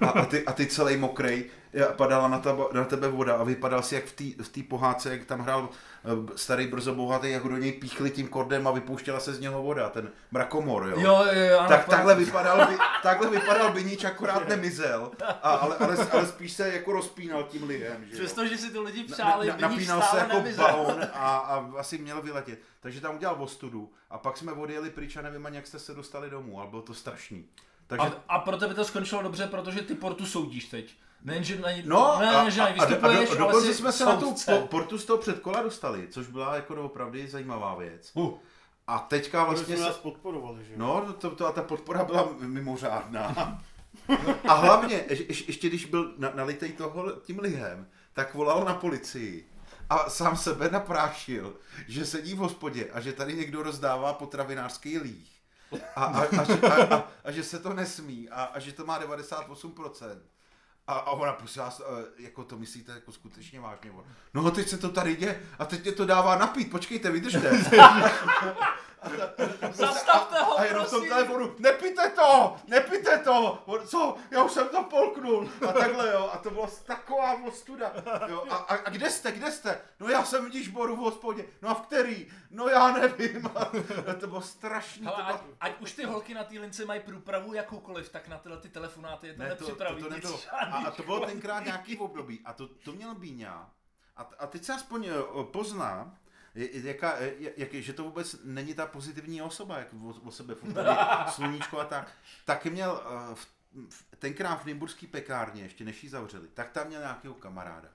Speaker 3: A, a, ty, a ty celý mokrej, a padala na, taba, na tebe voda a vypadal si jak v té v tý pohádce, jak tam hrál eh, starý brzo bohatý, jak ho do něj píchli tím kordem a vypouštěla se z něho voda, ten mrakomor, jo.
Speaker 1: Jo, jo, jo,
Speaker 3: Tak
Speaker 1: ano, pamatuju.
Speaker 3: takhle vypadal, by, takhle vypadal Binič, akorát nemizel, a, ale, ale, ale, spíš se jako rozpínal tím lidem. Že jo?
Speaker 1: Přestože si ty lidi
Speaker 3: Na-
Speaker 1: přáli,
Speaker 3: na,
Speaker 1: vidíš,
Speaker 3: napínal se
Speaker 1: stále
Speaker 3: jako
Speaker 1: nemizel.
Speaker 3: baon a, a asi měl vyletět. Takže tam udělal ostudu a pak jsme odjeli pryč a nevím ani, jak jste se dostali domů, ale bylo to strašný. Takže,
Speaker 1: A, a pro tebe to skončilo dobře, protože ty portu soudíš teď. Nejen, že na ní,
Speaker 3: no
Speaker 1: ne,
Speaker 3: a,
Speaker 1: ne, že na ní
Speaker 3: a, a,
Speaker 1: vystupuješ,
Speaker 3: do,
Speaker 1: ale
Speaker 3: dokonce
Speaker 1: jsi
Speaker 3: jsme se na tu
Speaker 1: soudce.
Speaker 3: po, portu z toho předkola dostali, což byla jako doopravdy zajímavá věc.
Speaker 1: Uh.
Speaker 3: A teďka
Speaker 4: Vlastně
Speaker 3: vlastně...
Speaker 4: jsme
Speaker 3: Se,
Speaker 4: nás podporovali, že?
Speaker 3: no, to, to, a ta podpora byla mimořádná. A hlavně, je, je, ještě když byl na, nalitej toho tím lihem, tak volal na policii a sám sebe naprášil, že sedí v hospodě a že tady někdo rozdává potravinářský líh. A, a, a, že- a, a, a že se to nesmí a, a že to má 98%. A, a ona, prosím vás, eh, jako to myslíte jako skutečně vážně. On, No teď se to tady děje a teď mě to dává napít, počkejte, vydržte.
Speaker 1: Zastavte ho,
Speaker 3: A jenom v tom
Speaker 1: prosím.
Speaker 3: telefonu, nepijte to, nepijte to, on, co, já už jsem to polknul a takhle jo, a to bylo taková ostuda, jo, a, a, a kde jste, kde jste, no já jsem vidíš boru v hospodě, no a v který, no já nevím, a to bylo strašný,
Speaker 1: Hele,
Speaker 3: to
Speaker 1: ať,
Speaker 3: bylo...
Speaker 1: ať, už ty holky na té lince mají průpravu jakoukoliv, tak na tyhle ty telefonáty je to
Speaker 3: Ne, to, to,
Speaker 1: nepřipraví.
Speaker 3: to
Speaker 1: nic
Speaker 3: nebylo. A,
Speaker 1: žádný.
Speaker 3: a to bylo tenkrát nějaký období. A to, to měl Bíňa. A, t- a teď se aspoň eh, pozná, je- je- jaká, eh, jak, že to vůbec není ta pozitivní osoba, jak o, o sebe furt tady sluníčko a tak. Taky měl eh, v, v, tenkrát v Nymburský pekárně, ještě než ji zavřeli, tak tam měl nějakého kamaráda.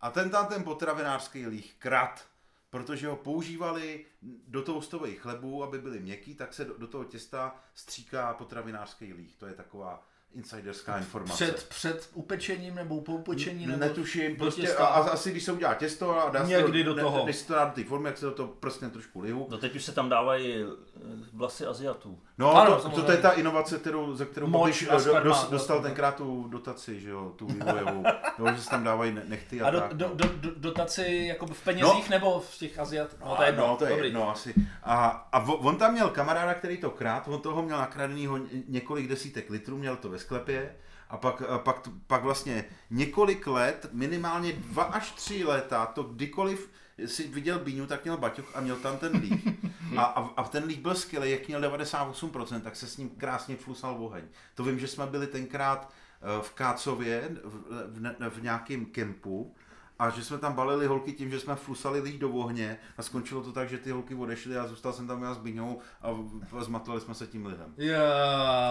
Speaker 3: A ten tam ten potravinářský líh krat, protože ho používali do toastových chlebů, aby byly měkký, tak se do, do toho těsta stříká potravinářský líh. To je taková insiderská informace.
Speaker 1: před, před upečením nebo po upečení? Nebo
Speaker 3: Netuším,
Speaker 1: do
Speaker 3: prostě
Speaker 1: těsta?
Speaker 3: a, a, asi když se udělá těsto a dá se
Speaker 1: Někdy
Speaker 3: to,
Speaker 1: do toho.
Speaker 3: Ne, než se to dá do té formy, jak se do toho prstne trošku lihu.
Speaker 5: No teď už se tam dávají eh, vlasy Aziatů.
Speaker 3: No,
Speaker 1: Ano,
Speaker 3: to, to,
Speaker 1: samozřejmě.
Speaker 3: to, je ta inovace, kterou, za kterou
Speaker 1: Moč
Speaker 3: Babiš
Speaker 1: a
Speaker 3: do,
Speaker 1: sperma. vlastně.
Speaker 3: dos, dostal tenkrát tu dotaci, že jo, tu vývojovou, jo, že se tam dávají ne- nechty a,
Speaker 1: A do,
Speaker 3: tak.
Speaker 1: do, do, do, dotaci jako v penězích nebo v těch Aziat? No, to je jedno,
Speaker 3: no, to je
Speaker 1: dobrý.
Speaker 3: jedno asi. A, a vo- on tam měl kamaráda, který to krát, on toho měl nakradenýho ně- několik desítek litrů, měl to ve sklepě a pak, a pak, t- pak vlastně několik let, minimálně dva až tři léta, to kdykoliv si viděl Bíňu, tak měl baťoch a měl tam ten líh. A, a, a ten líh byl skvělý, jak měl 98%, tak se s ním krásně flusal oheň. To vím, že jsme byli tenkrát eh, v Kácově, v, v, ne- v nějakém kempu, a že jsme tam balili holky tím, že jsme flusali lidi do ohně a skončilo to tak, že ty holky odešly a zůstal jsem tam já s Biňou a v- zmatlali jsme se tím lidem.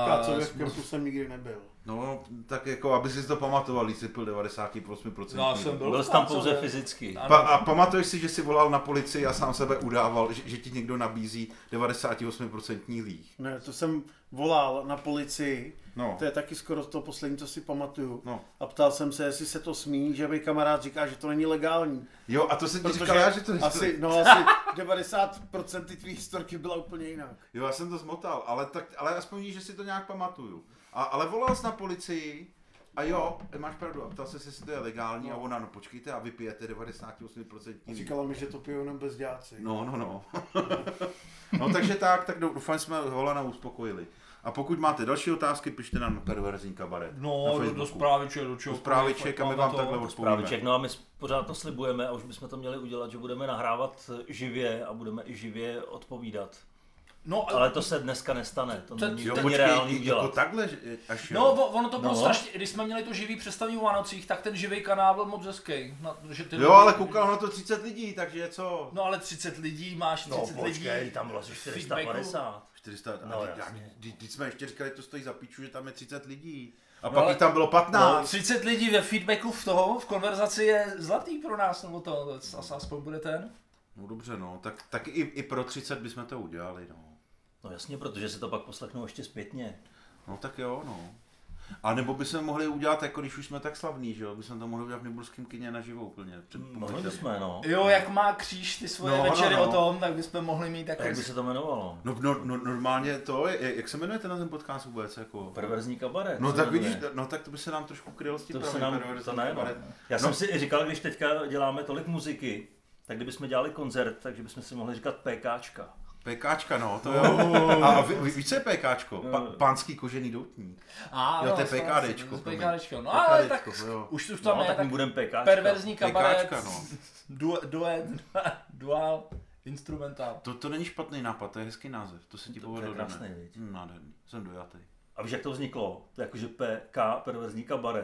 Speaker 4: Já co
Speaker 1: Yeah.
Speaker 4: v kempu jsem nikdy nebyl.
Speaker 3: No, tak jako, aby si to pamatoval, jsi pil 98%.
Speaker 1: No, já jsem byl.
Speaker 5: Byl jsi tam
Speaker 1: Kácově.
Speaker 5: pouze fyzicky.
Speaker 1: Ano.
Speaker 3: Pa, a pamatuješ si, že jsi volal na policii a sám sebe udával, že, že ti někdo nabízí 98% líh.
Speaker 4: Ne, to jsem volal na policii,
Speaker 3: No.
Speaker 4: to je taky skoro to poslední, co si pamatuju.
Speaker 3: No.
Speaker 4: A ptal jsem se, jestli se to smí, že mi kamarád říká, že to není legální.
Speaker 3: Jo, a to jsem ti
Speaker 4: Protože
Speaker 3: říkal já, že to
Speaker 4: asi, no, asi 90% ty tvý historky byla úplně jinak.
Speaker 3: Jo, já jsem to zmotal, ale, tak, ale aspoň víš, že si to nějak pamatuju. A, ale volal jsi na policii a jo, máš pravdu, a ptal se, jestli to je legální a ona, no počkejte a vypijete 98%
Speaker 4: A
Speaker 3: vína.
Speaker 4: říkala mi, že to pijou jenom bezděláci.
Speaker 3: No, no, no. no, takže tak, tak doufám, jsme Holana uspokojili. A pokud máte další otázky, pište nám na perverzní kabaret. na
Speaker 1: No, do, do
Speaker 3: Facebooku.
Speaker 1: zpráviček, do čeho.
Speaker 3: Do zpráviček a my
Speaker 1: máme
Speaker 3: vám
Speaker 1: to.
Speaker 3: takhle odpovíme.
Speaker 5: Právě, no a my s- pořád to slibujeme a už bychom to měli udělat, že budeme nahrávat eh, živě a budeme i živě odpovídat.
Speaker 1: No,
Speaker 5: Ale to se dneska nestane, to
Speaker 1: To-
Speaker 5: není
Speaker 3: Jo,
Speaker 5: to není reálný
Speaker 3: počkej, jako
Speaker 5: udělat.
Speaker 3: takhle, že- až jo.
Speaker 1: No, o- ono to bylo
Speaker 5: No.
Speaker 1: strašně, když jsme měli to živý představení o Vánocích, tak ten živý kanál byl moc hezký. Na, že ty
Speaker 3: jo, ale koukal na to 30 lidí, takže co?
Speaker 1: No ale 30 lidí, máš 30 lidí.
Speaker 5: vlastně
Speaker 1: feedbacku.
Speaker 5: 450.
Speaker 3: 400,
Speaker 5: No,
Speaker 3: no, a
Speaker 5: jasně.
Speaker 3: když, když jsme ještě říkali, to stojí za píču, že tam je 30 lidí. A
Speaker 1: No,
Speaker 3: pak
Speaker 1: ale-
Speaker 3: jich tam bylo
Speaker 1: No,
Speaker 3: 15.
Speaker 1: 30 lidí ve feedbacku v toho, v konverzaci je zlatý pro nás, nebo to, to asi aspoň bude ten.
Speaker 3: No, dobře, no, tak, tak i, i pro 30 bychom to udělali, no.
Speaker 5: No jasně, protože se to pak poslechnou ještě zpětně.
Speaker 3: No tak jo, no. A nebo bychom mohli udělat, jako když už jsme tak slavní, že jo, bychom to mohli udělat v Nibulském kině naživo úplně. Před
Speaker 5: Mohli bychom, no.
Speaker 1: Jo, jak má kříž ty svoje
Speaker 3: No,
Speaker 1: no,
Speaker 3: no,
Speaker 1: večery
Speaker 3: no.
Speaker 1: no, no. o tom, tak bychom mohli mít
Speaker 5: A Jak
Speaker 1: takový...
Speaker 5: by se to jmenovalo?
Speaker 3: No, no, no, normálně to, jak, jak se jmenuje ten na ten podcast vůbec, jako?
Speaker 5: Perverzní kabaret.
Speaker 3: No
Speaker 5: se
Speaker 3: tak
Speaker 5: jmenuje.
Speaker 3: vidíš, no tak to by se nám trošku krylo s tím
Speaker 5: To se
Speaker 3: pravým
Speaker 5: nám-
Speaker 3: perverzním
Speaker 5: to ne, no.
Speaker 3: kabaretem.
Speaker 5: Já jsem si i říkal, když teďka děláme tolik muziky, tak kdybychom dělali koncert, takže bychom si mohli říkat PKčka.
Speaker 3: PKčka, no, to jo. A ví, ví, víš, co je PKčko? Pa,
Speaker 5: No.
Speaker 3: pánský kožený doutník.
Speaker 1: A,
Speaker 3: Jo, to je
Speaker 1: jasně,
Speaker 3: PKDčko, promiň.
Speaker 1: PKDčko, no ale tak
Speaker 3: PKDčko, jo.
Speaker 1: už už tam
Speaker 5: No,
Speaker 1: je,
Speaker 5: tak
Speaker 1: tak
Speaker 5: my budeme PKčka.
Speaker 1: perverzní kabaret,
Speaker 3: PKčka, no.
Speaker 1: du, duet, dual, instrumentál.
Speaker 3: To, to není špatný nápad, to je hezký název, to se ti
Speaker 5: To- to
Speaker 3: povedlo.
Speaker 5: je krásný,
Speaker 3: Dané.
Speaker 5: viď?
Speaker 3: Mm, Nádherný, jsem dojatý.
Speaker 5: A víš, jak to vzniklo? To je Jakože PK, perverzní kabaret,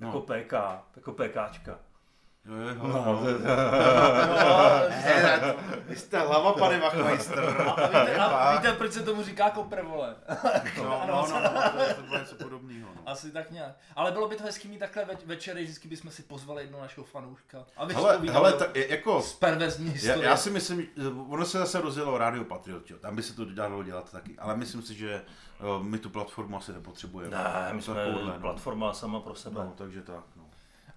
Speaker 5: jako
Speaker 3: No.
Speaker 5: PK, jako PKčka.
Speaker 3: Jo, jo, jo. No,
Speaker 1: No,
Speaker 3: Vy jste hlava, pane Wachmeister.
Speaker 1: A víte, a víte, proč se tomu říká koprvole?
Speaker 3: No, no, no, no, to je- to bylo něco podobného. No.
Speaker 1: Asi tak nějak. Ale bylo by to hezký mít takhle več- večery, vždycky bychom si pozvali jednoho našeho fanouška. A
Speaker 3: Hele,
Speaker 1: vystoupí
Speaker 3: hele
Speaker 1: tam
Speaker 3: tak, je- jako,
Speaker 1: z perverzní
Speaker 3: já,
Speaker 1: historie.
Speaker 3: já, si myslím, že ono se zase rozjelo Radio Patriot, jo. tam by se to dalo dělat taky, ale myslím si, že eh, my tu platformu asi nepotřebujeme.
Speaker 5: Ne, my jsme
Speaker 3: Takovouhle, no.
Speaker 5: platforma sama pro sebe.
Speaker 3: No, takže tak, no.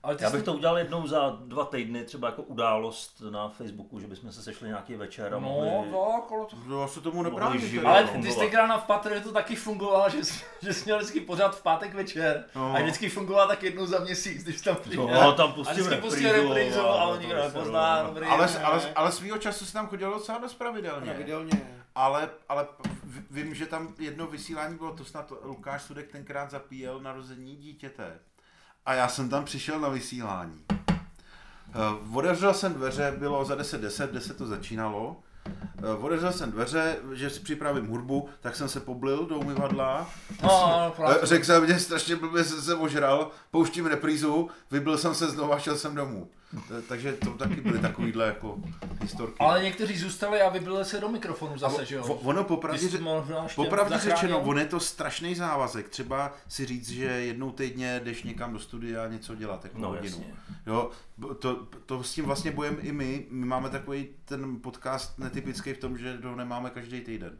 Speaker 1: Ale ty
Speaker 5: Já
Speaker 1: jsi-
Speaker 5: bych to udělal jednou za dva týdny, třeba jako událost na Facebooku, že bychom se sešli nějaký večer
Speaker 1: No,
Speaker 5: a mohli...
Speaker 1: tak, ale to...
Speaker 3: No, já se tomu nebráním.
Speaker 5: živě,
Speaker 3: teda,
Speaker 1: Ale
Speaker 3: no.
Speaker 5: fungovat.
Speaker 1: ty jsi tenkrát na v Patriotu taky fungoval, že, jsi- že jsi měl vždycky pořád v pátek večer
Speaker 3: No.
Speaker 1: a vždycky fungoval tak jednou za měsíc, když tam přijde.
Speaker 5: No, tam
Speaker 1: a
Speaker 5: pustím
Speaker 1: vždycky pustil
Speaker 3: no,
Speaker 5: reprízu,
Speaker 1: reprízu
Speaker 5: a-
Speaker 1: a on nikdo
Speaker 5: to se
Speaker 1: nepozná.
Speaker 5: rovná.
Speaker 1: dobrý,
Speaker 3: ale,
Speaker 1: ne.
Speaker 3: ale, ale svýho času se tam chodilo docela dost pravidelně.
Speaker 4: Pravidelně.
Speaker 3: Ale, ale v- vím, že tam jedno vysílání bylo, to snad Lukáš Sudek tenkrát zapíjel narození dítěte. A já jsem tam přišel na vysílání. Eh, Otevřel jsem dveře, bylo za 10.10, 10 to začínalo. Eh, Otevřel jsem dveře, že si připravím hudbu, tak jsem se poblil do umyvadla.
Speaker 1: No,
Speaker 3: Eh,
Speaker 1: no,
Speaker 3: Řekl jsem, mě strašně blbě jsem se ožral, pouštím reprízu, vybil jsem se znova, šel jsem domů. Eh, Takže to taky byly takovýhle jako historky.
Speaker 1: ale někteří zůstali a vybili se do mikrofonu zase, že
Speaker 3: O-
Speaker 1: jo?
Speaker 3: Ono popravdě,
Speaker 1: Ty jsi možná ještě
Speaker 3: popravdě
Speaker 1: zachránil?
Speaker 3: řečeno, on je to strašný závazek. Třeba si říct, že jednou týdně jdeš někam do studia a něco dělat, jako
Speaker 5: No,
Speaker 3: hodinu.
Speaker 5: jasně.
Speaker 3: Jo, to, to, s tím vlastně bojem i my. My máme takový ten podcast netypický v tom, že ho nemáme každý týden.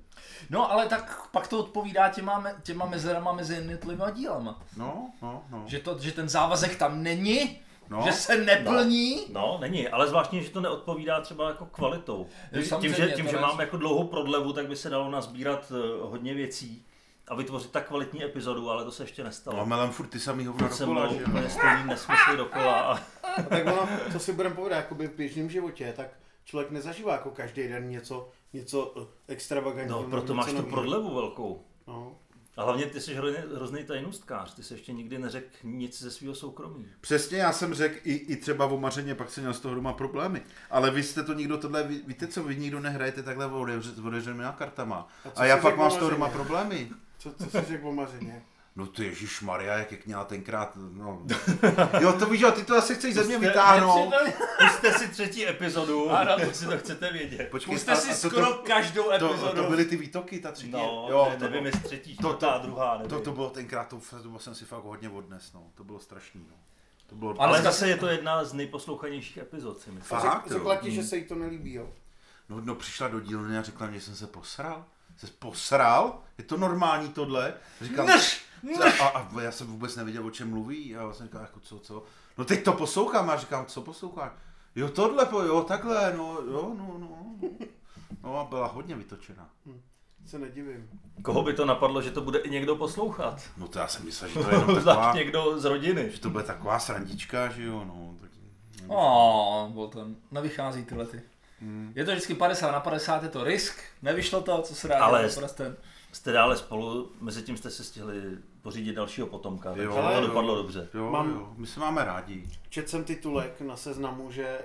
Speaker 1: No, ale tak pak to odpovídá těma, me- těma mezerama mezi jednotlivými dílama.
Speaker 3: No, no, no.
Speaker 1: Že, to, že ten závazek tam není,
Speaker 3: No.
Speaker 1: no, že se neplní.
Speaker 5: No, není, ale zvláštně, že to neodpovídá třeba jako
Speaker 3: No,
Speaker 5: kvalitou. Tím,
Speaker 1: samozřejmě,
Speaker 5: že, tím,
Speaker 1: to
Speaker 5: že
Speaker 1: ne-
Speaker 5: máme jako dlouhou prodlevu, tak by se dalo nazbírat eh, hodně věcí a vytvořit tak kvalitní epizodu, ale to se ještě
Speaker 3: A
Speaker 5: nestalo.
Speaker 3: melem No, furt ty samý hovna
Speaker 5: Furt
Speaker 3: do
Speaker 5: se
Speaker 3: kola,
Speaker 5: mnou
Speaker 3: že jo.
Speaker 5: úplně stejný nesmysly dokola a
Speaker 4: A tak ono, co si budeme povídat, jakoby v běžném životě, tak člověk nezažívá jako každý den něco, něco eh, extravagantního.
Speaker 5: no, proto
Speaker 4: něco
Speaker 5: máš tu
Speaker 4: novýho.
Speaker 5: prodlevu velkou.
Speaker 4: No.
Speaker 5: A hlavně ty jsi hrozně, hrozný tajnůstkář, ty jsi ještě nikdy neřekl nic ze svého soukromí.
Speaker 3: Přesně, já jsem řekl i, i třeba o mařeně, pak jsem měl z toho doma problémy. Ale vy jste to nikdo tohle, vy- víte co, vy nikdo nehrajete takhle odevře- otevřenýma kartama.
Speaker 4: A co
Speaker 3: A já
Speaker 4: jsi
Speaker 3: pak
Speaker 4: řekl
Speaker 3: mám
Speaker 4: o
Speaker 3: z toho doma
Speaker 4: Mařeně?
Speaker 3: problémy.
Speaker 4: Co, co jsi řekl o mařině?
Speaker 3: No ty Ježíš Maria, jak jak měla tenkrát, no. Jo, to víš, jo, ty to asi chceš ze mě
Speaker 5: jste-
Speaker 3: vytáhnout.
Speaker 5: Pusťte si třetí epizodu, ano. pokud si to chcete vědět.
Speaker 3: Počkej,
Speaker 1: Puste
Speaker 3: a-
Speaker 1: si
Speaker 3: a to-
Speaker 1: skoro
Speaker 3: to,
Speaker 1: každou
Speaker 3: to,
Speaker 1: epizodu.
Speaker 3: to, byly ty výtoky, ta třetí.
Speaker 5: No,
Speaker 3: jo,
Speaker 5: ne,
Speaker 3: to,
Speaker 5: nevím,
Speaker 3: bylo-
Speaker 5: jestli třetí,
Speaker 3: to-
Speaker 5: čtvrtá, druhá, nevím.
Speaker 3: to, to, bylo tenkrát, to, to jsem si fakt hodně odnes, no. To bylo strašný, no. To bylo...
Speaker 1: Ale
Speaker 5: Ale
Speaker 1: zase-
Speaker 5: zase je to jedna z nejposlouchanějších epizod, si myslím.
Speaker 3: Fakt?
Speaker 4: Řek-
Speaker 3: jo.
Speaker 4: Řekla ti, že se jí to nelíbí, jo?
Speaker 3: No, no přišla do dílny a řekla mě, že jsem se posral. Jsi se posral? Je to normální tohle? Říkám,
Speaker 1: Neš!
Speaker 3: A, a, já jsem vůbec nevěděl, o čem mluví. A já jsem říkal, jako co, co? No teď to poslouchám a říkám, co posloucháš? Jo, tohle, po, jo, takhle, no, jo, no, no. no. No a byla hodně vytočená.
Speaker 4: Se nedivím.
Speaker 5: Koho by to napadlo, že to bude i někdo poslouchat?
Speaker 3: No to já jsem myslel, že to je jenom taková,
Speaker 5: Zvlášť někdo z rodiny.
Speaker 3: že to bude taková srandička, že jo, no. Tak...
Speaker 1: Oh, byl to, nevychází tyhle ty. Hmm. Je to vždycky 50 na 50, je to risk, nevyšlo to, co se dá
Speaker 5: Ale-
Speaker 1: dělat prostě.
Speaker 5: Jste dále spolu, mezi tím jste se stihli pořídit dalšího potomka, takže
Speaker 3: Jo,
Speaker 5: to
Speaker 4: jo.
Speaker 5: dopadlo dobře.
Speaker 3: Jo,
Speaker 4: Mám-
Speaker 3: jo, my se máme rádi.
Speaker 4: Četl jsem titulek na seznamu, že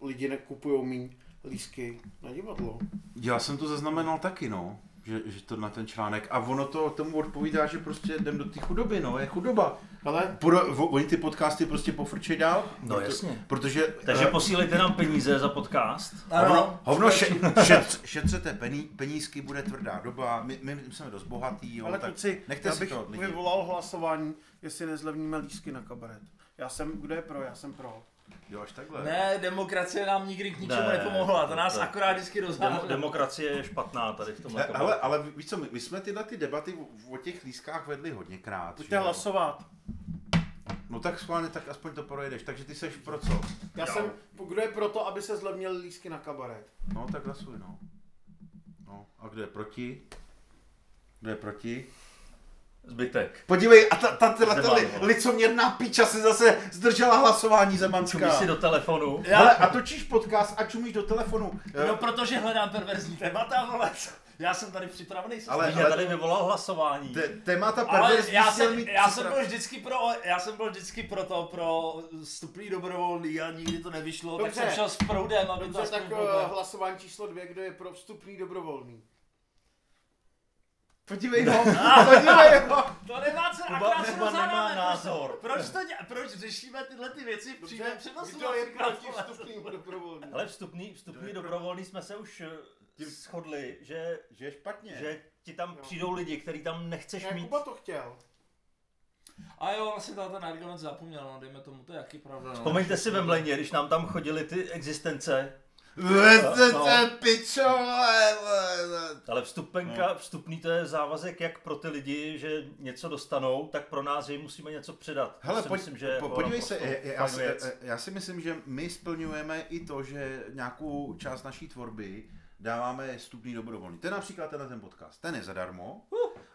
Speaker 4: uh, lidi nekupují míň lísky na divadlo.
Speaker 3: Já jsem to zaznamenal taky, no. Že, že to na ten článek. A ono to tomu odpovídá, že prostě jdem do té chudoby, no, je chudoba.
Speaker 4: Ale
Speaker 3: Pro, vo- oni ty podcasty prostě pofrčí dál.
Speaker 5: No, jasně.
Speaker 3: Protože...
Speaker 5: Takže
Speaker 3: eh,
Speaker 5: posílejte nám peníze za podcast.
Speaker 1: no.
Speaker 3: Hovno, hovno še, šet, šetřete pení, penízky, bude tvrdá doba, my, my jsme dost bohatý, jo,
Speaker 4: Ale
Speaker 3: tak
Speaker 4: kluci,
Speaker 3: nechte
Speaker 4: já
Speaker 3: si
Speaker 4: bych
Speaker 3: to. lidi.
Speaker 4: vyvolal hlasování, jestli nezlevníme lísky na kabaret. Já jsem, kdo je pro, já jsem pro.
Speaker 3: Jo, až takhle.
Speaker 1: Ne, demokracie nám nikdy k ničemu
Speaker 5: Ne,
Speaker 1: nepomohla, to nás
Speaker 5: to-
Speaker 1: akorát vždycky
Speaker 5: Demo-
Speaker 1: rozhodla.
Speaker 5: demokracie je špatná tady v tomhle.
Speaker 3: Ne,
Speaker 5: kabinetu.
Speaker 3: Eh, ale, ale víš co, my, my jsme tyhle ty debaty o- o těch lískách vedli hodněkrát. že
Speaker 4: Pojďte
Speaker 3: jo?
Speaker 4: hlasovat.
Speaker 3: No tak schválně, tak aspoň to projedeš. Takže ty seš pro co?
Speaker 4: Já jsem, kdo je proto, aby se zlevnily lísky na kabaret?
Speaker 3: No tak hlasuj, no. No, a kdo je proti? Kdo je proti?
Speaker 5: Zbytek.
Speaker 3: Podívej, a ta, ta, ta, ta, ta
Speaker 5: Zeman,
Speaker 3: li,
Speaker 5: no.
Speaker 3: licoměrná píča se zase zdržela hlasování Zemanská.
Speaker 5: Čumíš si do telefonu.
Speaker 3: Hele, a točíš podcast a čumíš do telefonu. Eh,
Speaker 1: No, protože hledám perverzní témata, vole. Já jsem tady připravený. jsem
Speaker 3: Ale-
Speaker 5: Ale, ale, tady vyvolal hlasování.
Speaker 3: Te, témata
Speaker 1: Ale
Speaker 3: perverzní
Speaker 1: já
Speaker 3: směl
Speaker 1: jsem,
Speaker 3: mít
Speaker 1: já jsem
Speaker 3: připrav-
Speaker 1: byl vždycky pro, já jsem byl vždycky pro to, pro stupný dobrovolný a nikdy to nevyšlo, tak
Speaker 4: Dobře.
Speaker 1: jsem šel s proudem, aby to
Speaker 4: Dobře,
Speaker 1: aspoň
Speaker 4: tak
Speaker 1: bylo.
Speaker 4: eh, hlasování číslo dvě, kdo je pro vstupný dobrovolný?
Speaker 3: Podívej ho, podívej ho.
Speaker 1: To nemá cenu,
Speaker 5: Kuba-
Speaker 1: akorát se
Speaker 5: Kuba nemá
Speaker 1: rozhádáme,
Speaker 5: názor.
Speaker 1: Proč, proč, to děla, proč řešíme tyhle ty věci v
Speaker 4: Dobře,
Speaker 1: přímém přenosu?
Speaker 4: kdo je
Speaker 1: například,
Speaker 4: proti
Speaker 1: vole?
Speaker 4: vstupným dobrovolným?
Speaker 5: Ale vstupný, vstupný dobrovolný jsme se už eh, shodli, že,
Speaker 3: Že je špatně.
Speaker 5: že ti tam
Speaker 4: Jo.
Speaker 5: přijdou lidi, který tam nechceš
Speaker 4: Ne,
Speaker 5: mít.
Speaker 4: Kuba to chtěl.
Speaker 1: A jo, vlastně tato ten argument zapomněl, no, dejme tomu, to je jaký pravda. No.
Speaker 5: Vzpomeňte si ve mleně, když nám tam chodili ty existence,
Speaker 3: Vete
Speaker 5: No.
Speaker 3: se, pičo, vole, vole, vole.
Speaker 5: ale vstupenka,
Speaker 3: No.
Speaker 5: vstupný to je závazek jak pro ty lidi, že něco dostanou, tak pro nás jim musíme něco předat. To
Speaker 3: Hele,
Speaker 5: si
Speaker 3: pojď,
Speaker 5: myslím, že je
Speaker 3: po,
Speaker 5: jako
Speaker 3: podívej se,
Speaker 5: naprosto
Speaker 3: je- je- já,
Speaker 5: fajn
Speaker 3: si,
Speaker 5: věc.
Speaker 3: je- já si myslím, že my splňujeme i to, že nějakou část naší tvorby dáváme stupný dobrovolný. Ten například tenhle ten podcast, ten je zadarmo.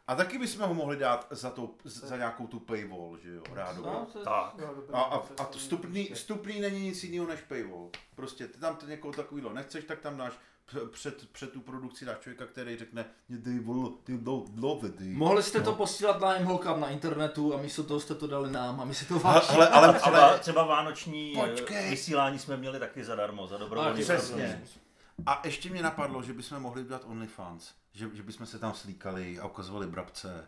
Speaker 3: A taky bychom ho mohli dát za, to, z- za nějakou tu paywall, že jo, rádo.
Speaker 1: No, to je-
Speaker 5: Tak.
Speaker 4: Jo, dobrý,
Speaker 3: A, a,
Speaker 4: dobře,
Speaker 3: a
Speaker 4: to
Speaker 3: vstupný,
Speaker 4: není-
Speaker 3: vstupný není nic jiného než paywall. Prostě ty tam někoho takového nechceš, tak tam dáš p- před, před tu produkci dáš člověka, který řekne, "Mě dej vole, ty lo- love, dej."
Speaker 1: Mohli jste
Speaker 3: No.
Speaker 1: to posílat na mholkám na internetu a místo toho jste to dali nám a my si to
Speaker 3: Ale,
Speaker 1: vážíme.
Speaker 3: ale, ale,
Speaker 5: Třeba,
Speaker 3: ale,
Speaker 5: třeba vánoční eh,
Speaker 3: Počkej.
Speaker 5: vysílání jsme měli taky zadarmo, za
Speaker 3: No,
Speaker 5: dobrovolný.
Speaker 1: Tak,
Speaker 5: program.
Speaker 3: Přesně. A ještě mě napadlo, že bychom mohli udělat OnlyFans. Že, že bychom se tam slíkali a ukazovali brabce.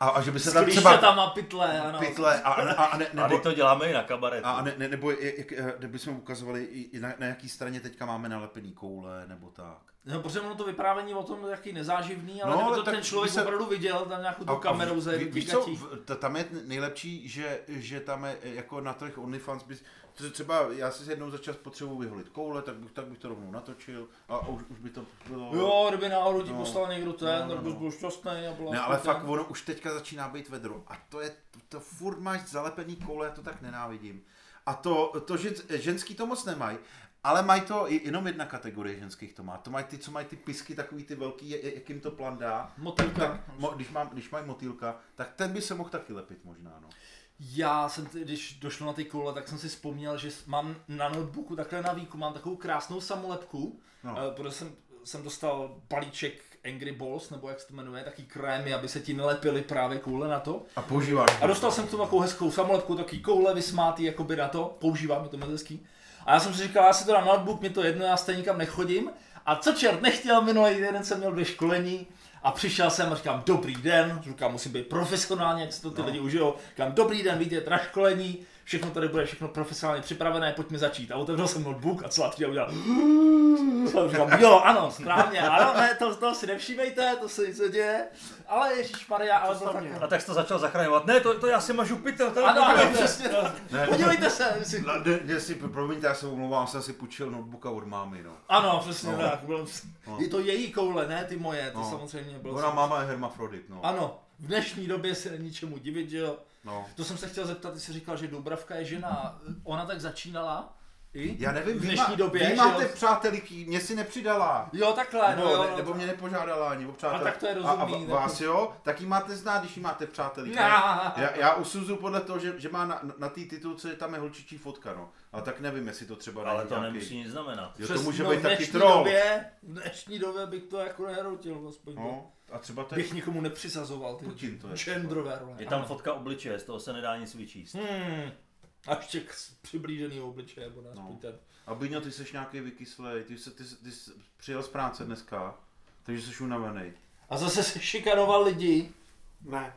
Speaker 3: A, a že by se tam
Speaker 1: Když se
Speaker 3: třeba
Speaker 1: tam a pytle, ano.
Speaker 3: pytle a, a, a, ne,
Speaker 5: A
Speaker 3: nebo,
Speaker 5: teď to děláme i na kabaretu.
Speaker 3: a ne, ne, nebo jak, jak, eh, kde bychom ukazovali, i- i na, na jaký straně teďka máme nalepený koule nebo tak.
Speaker 1: No, protože ono to vyprávění o tom je jaký nezáživný, ale,
Speaker 3: No,
Speaker 1: no,
Speaker 3: ale
Speaker 1: to
Speaker 3: tak
Speaker 1: ten člověk
Speaker 3: by se-
Speaker 1: se... opravdu viděl tam nějakou
Speaker 3: A-
Speaker 1: tu
Speaker 3: a
Speaker 1: kamerou za
Speaker 3: ví-
Speaker 1: jednu
Speaker 3: Víš co, v- t- tam je nejlepší, že, že tam je eh, jako na těch OnlyFans, bys, tře- třeba já si jednou za čas potřebuji vyholit koule, tak bych, tak bych to rovnou natočil a už, už by to bylo...
Speaker 1: Jo, kdyby náhodou ti
Speaker 3: No.
Speaker 1: poslal někdo ten,
Speaker 3: No, no,
Speaker 1: tak bys
Speaker 3: no.
Speaker 1: byl šťastný a bylo.
Speaker 3: Ne, ale fakt ono už teďka začíná být vedro. A to je, to, to furt máš zalepený koule, já to tak nenávidím. A to, to že ženský to moc nemají, ale mají to i- jenom jedna kategorie ženských to má. To mají ty, co mají ty pisky, takový ty velký, je- je- jak jim to plandá.
Speaker 1: Motýlka.
Speaker 3: Tak, mo, když, mám, když mají motýlka, tak ten by se mohl taky lepit možná, no.
Speaker 1: Já jsem, t- když došlo na ty koule, tak jsem si vzpomněl, že s- mám na notebooku takhle na výku, mám takovou krásnou samolepku,
Speaker 3: No.
Speaker 1: no. protože jsem, jsem dostal balíček Angry Balls, nebo jak se to jmenuje, taky krémy, aby se ti nelepily právě koule na to.
Speaker 3: A používáš.
Speaker 1: A dostal jsem k tomu takovou hezkou samolepku, taky koule vysmátý, jakoby na to, používám, je to moc hezký. A já jsem si říkal, já si to dám na notebook, mě to jedno, já stejně nikam nechodím. A co čert nechtěl, minulý týden jsem měl dvě školení a přišel jsem a říkám, dobrý den, říkám, musím být profesionální, jak si to ty no. lidi užijou. Říkám, dobrý den, vítět na školení, všechno tady bude všechno profesionálně připravené, pojďme začít. A otevřel jsem notebook a celá třída udělala. A říkám, jo, ano, správně, ano, ne, to, to si nevšímejte, to se nic neděje. Ale Ježíš Maria, ale
Speaker 4: To
Speaker 1: to
Speaker 4: tam
Speaker 1: tak,
Speaker 4: je.
Speaker 5: A tak jsi to začal zachraňovat. Ne, to, to já si mažu pytel. To
Speaker 1: ano,
Speaker 5: to-
Speaker 1: ano, přesně tak.
Speaker 3: Ne.
Speaker 1: Podívejte se. Si...
Speaker 3: No, ne, ne, si, promiňte, já se omlouvám, jsem si půjčil notebooka od mámy, no.
Speaker 1: Ano, přesně
Speaker 3: No.
Speaker 1: no. tak. Byl...
Speaker 3: No.
Speaker 1: Je to její koule, ne ty moje, ty
Speaker 3: No.
Speaker 1: no. samozřejmě byl.
Speaker 3: Ona máma je hermafrodit, no.
Speaker 1: Ano, v dnešní době se není čemu divit, že jo.
Speaker 3: no.
Speaker 1: To jsem se chtěl zeptat, ty jsi říkal, že Dubravka je žena. Ona tak začínala? I?
Speaker 3: Já nevím,
Speaker 1: v
Speaker 3: vy,
Speaker 1: dnešní
Speaker 3: má,
Speaker 1: době,
Speaker 3: vy
Speaker 1: že
Speaker 3: máte
Speaker 1: jo?
Speaker 3: přátelíky, mě si nepřidala.
Speaker 1: Jo, takhle,
Speaker 3: Nebo,
Speaker 1: no, jo,
Speaker 3: ne,
Speaker 1: no,
Speaker 3: nebo mě nepožádala ani o přátel.
Speaker 1: A tak to je
Speaker 3: A, a
Speaker 1: rozumný,
Speaker 3: v-
Speaker 1: tak-
Speaker 3: vás jo, tak jí máte znát, když jí máte přáteli.
Speaker 1: Ne.
Speaker 3: Já, já usuzu podle toho, že, že má na, na té titulce tam je holčičí fotka, no. A tak nevím, jestli to třeba
Speaker 5: Ale
Speaker 3: není
Speaker 5: to
Speaker 3: nějaký-
Speaker 5: nemusí nic znamenat.
Speaker 3: Jo, to
Speaker 1: Přes-
Speaker 3: může
Speaker 1: no,
Speaker 3: být
Speaker 1: v
Speaker 3: taky
Speaker 1: dnešní
Speaker 3: troll.
Speaker 1: Době, v dnešní době bych to jako neroutil, aspoň no.
Speaker 3: No, a třeba to je...
Speaker 1: Bych nikomu nepřisazoval ty
Speaker 3: Putin to je.
Speaker 1: genderové role.
Speaker 5: Je tam
Speaker 1: ano.
Speaker 5: fotka obličeje, z toho se nedá nic vyčíst.
Speaker 1: Hmm. Až tě k přiblížený obličeje, nebo
Speaker 3: No.
Speaker 1: aspoň no. ten.
Speaker 3: A Byňo, ty jsi nějaký vykyslej, ty jsi, ty, jsi, ty jsi přijel z práce dneska, takže jsi unavený.
Speaker 1: A zase se šikanoval lidi.
Speaker 4: Ne,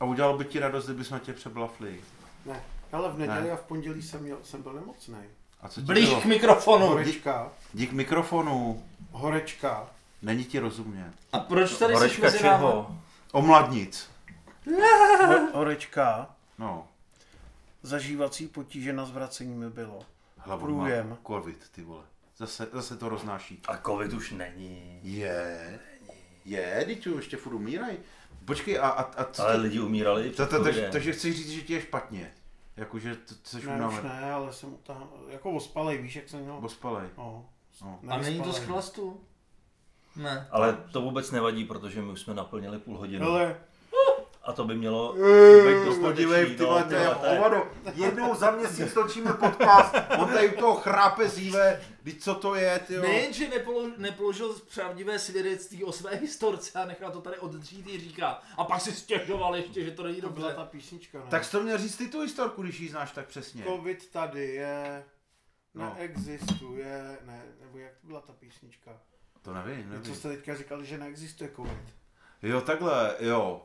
Speaker 3: A udělal by ti radost, kdybychom tě přeblafli.
Speaker 4: ne. Ale v neděli
Speaker 3: Ne.
Speaker 4: a v pondělí jsem, měl, jsem byl nemocný.
Speaker 3: A co ti
Speaker 1: Blíž
Speaker 3: bylo?
Speaker 1: k
Speaker 4: No,
Speaker 1: mikrofonu.
Speaker 4: Horečka,
Speaker 3: Dík mikrofonu,
Speaker 4: horečka.
Speaker 3: není ti rozumět.
Speaker 1: A proč tady jsi mezi námi?
Speaker 3: Omladnic.
Speaker 4: Horečka.
Speaker 3: No.
Speaker 4: zažívací potíže na zvracení mi bylo.
Speaker 3: Hlavu má
Speaker 4: Průjem.
Speaker 3: covid, ty vole. Zase, zase to roznáší.
Speaker 5: A covid už není.
Speaker 3: Je, je, teď ještě furt umírají. Počkej, a, a, a co
Speaker 5: Ale
Speaker 3: to,
Speaker 5: lidi umírali.
Speaker 3: to, to,
Speaker 5: takže,
Speaker 3: takže, takže chci říct, že ti je špatně. Jakože to, to jsi
Speaker 4: Ne, už
Speaker 3: unavený.
Speaker 4: ne, ale jsem utahan, jako ospalej, víš, jak jsem měl.
Speaker 3: Ospalej.
Speaker 4: No,
Speaker 3: No.
Speaker 1: A není to z
Speaker 4: nevyspalej.
Speaker 1: chlastu? Ne.
Speaker 5: Ale to vůbec nevadí, protože my už jsme naplnili půl hodiny.
Speaker 4: Hele,
Speaker 5: A to by mělo
Speaker 3: Tak to
Speaker 5: dostatečný,
Speaker 3: podívej, ty
Speaker 5: no,
Speaker 3: vole, to je
Speaker 5: tyhle, to je-
Speaker 3: hovado. Jednou za měsíc točíme podcast, on tady u toho chrápe zíve, teď co to je, ty jo.
Speaker 1: Nejenže nepolo- nepoložil pravdivé svědectví o své historce a nechal to tady oddřít, i říká. A pak si stěžoval ještě, že to není
Speaker 4: to byla
Speaker 1: dobře.
Speaker 4: ta písnička, ne?
Speaker 3: Tak jsi to měl říct ty tu historku, když ji znáš tak přesně.
Speaker 4: Covid tady je,
Speaker 3: No.
Speaker 4: neexistuje, ne, nebo jak to byla ta písnička?
Speaker 3: To nevím,
Speaker 4: Co
Speaker 3: nevím.
Speaker 4: jste teďka říkali, že neexistuje covid?
Speaker 3: Jo, takhle, jo.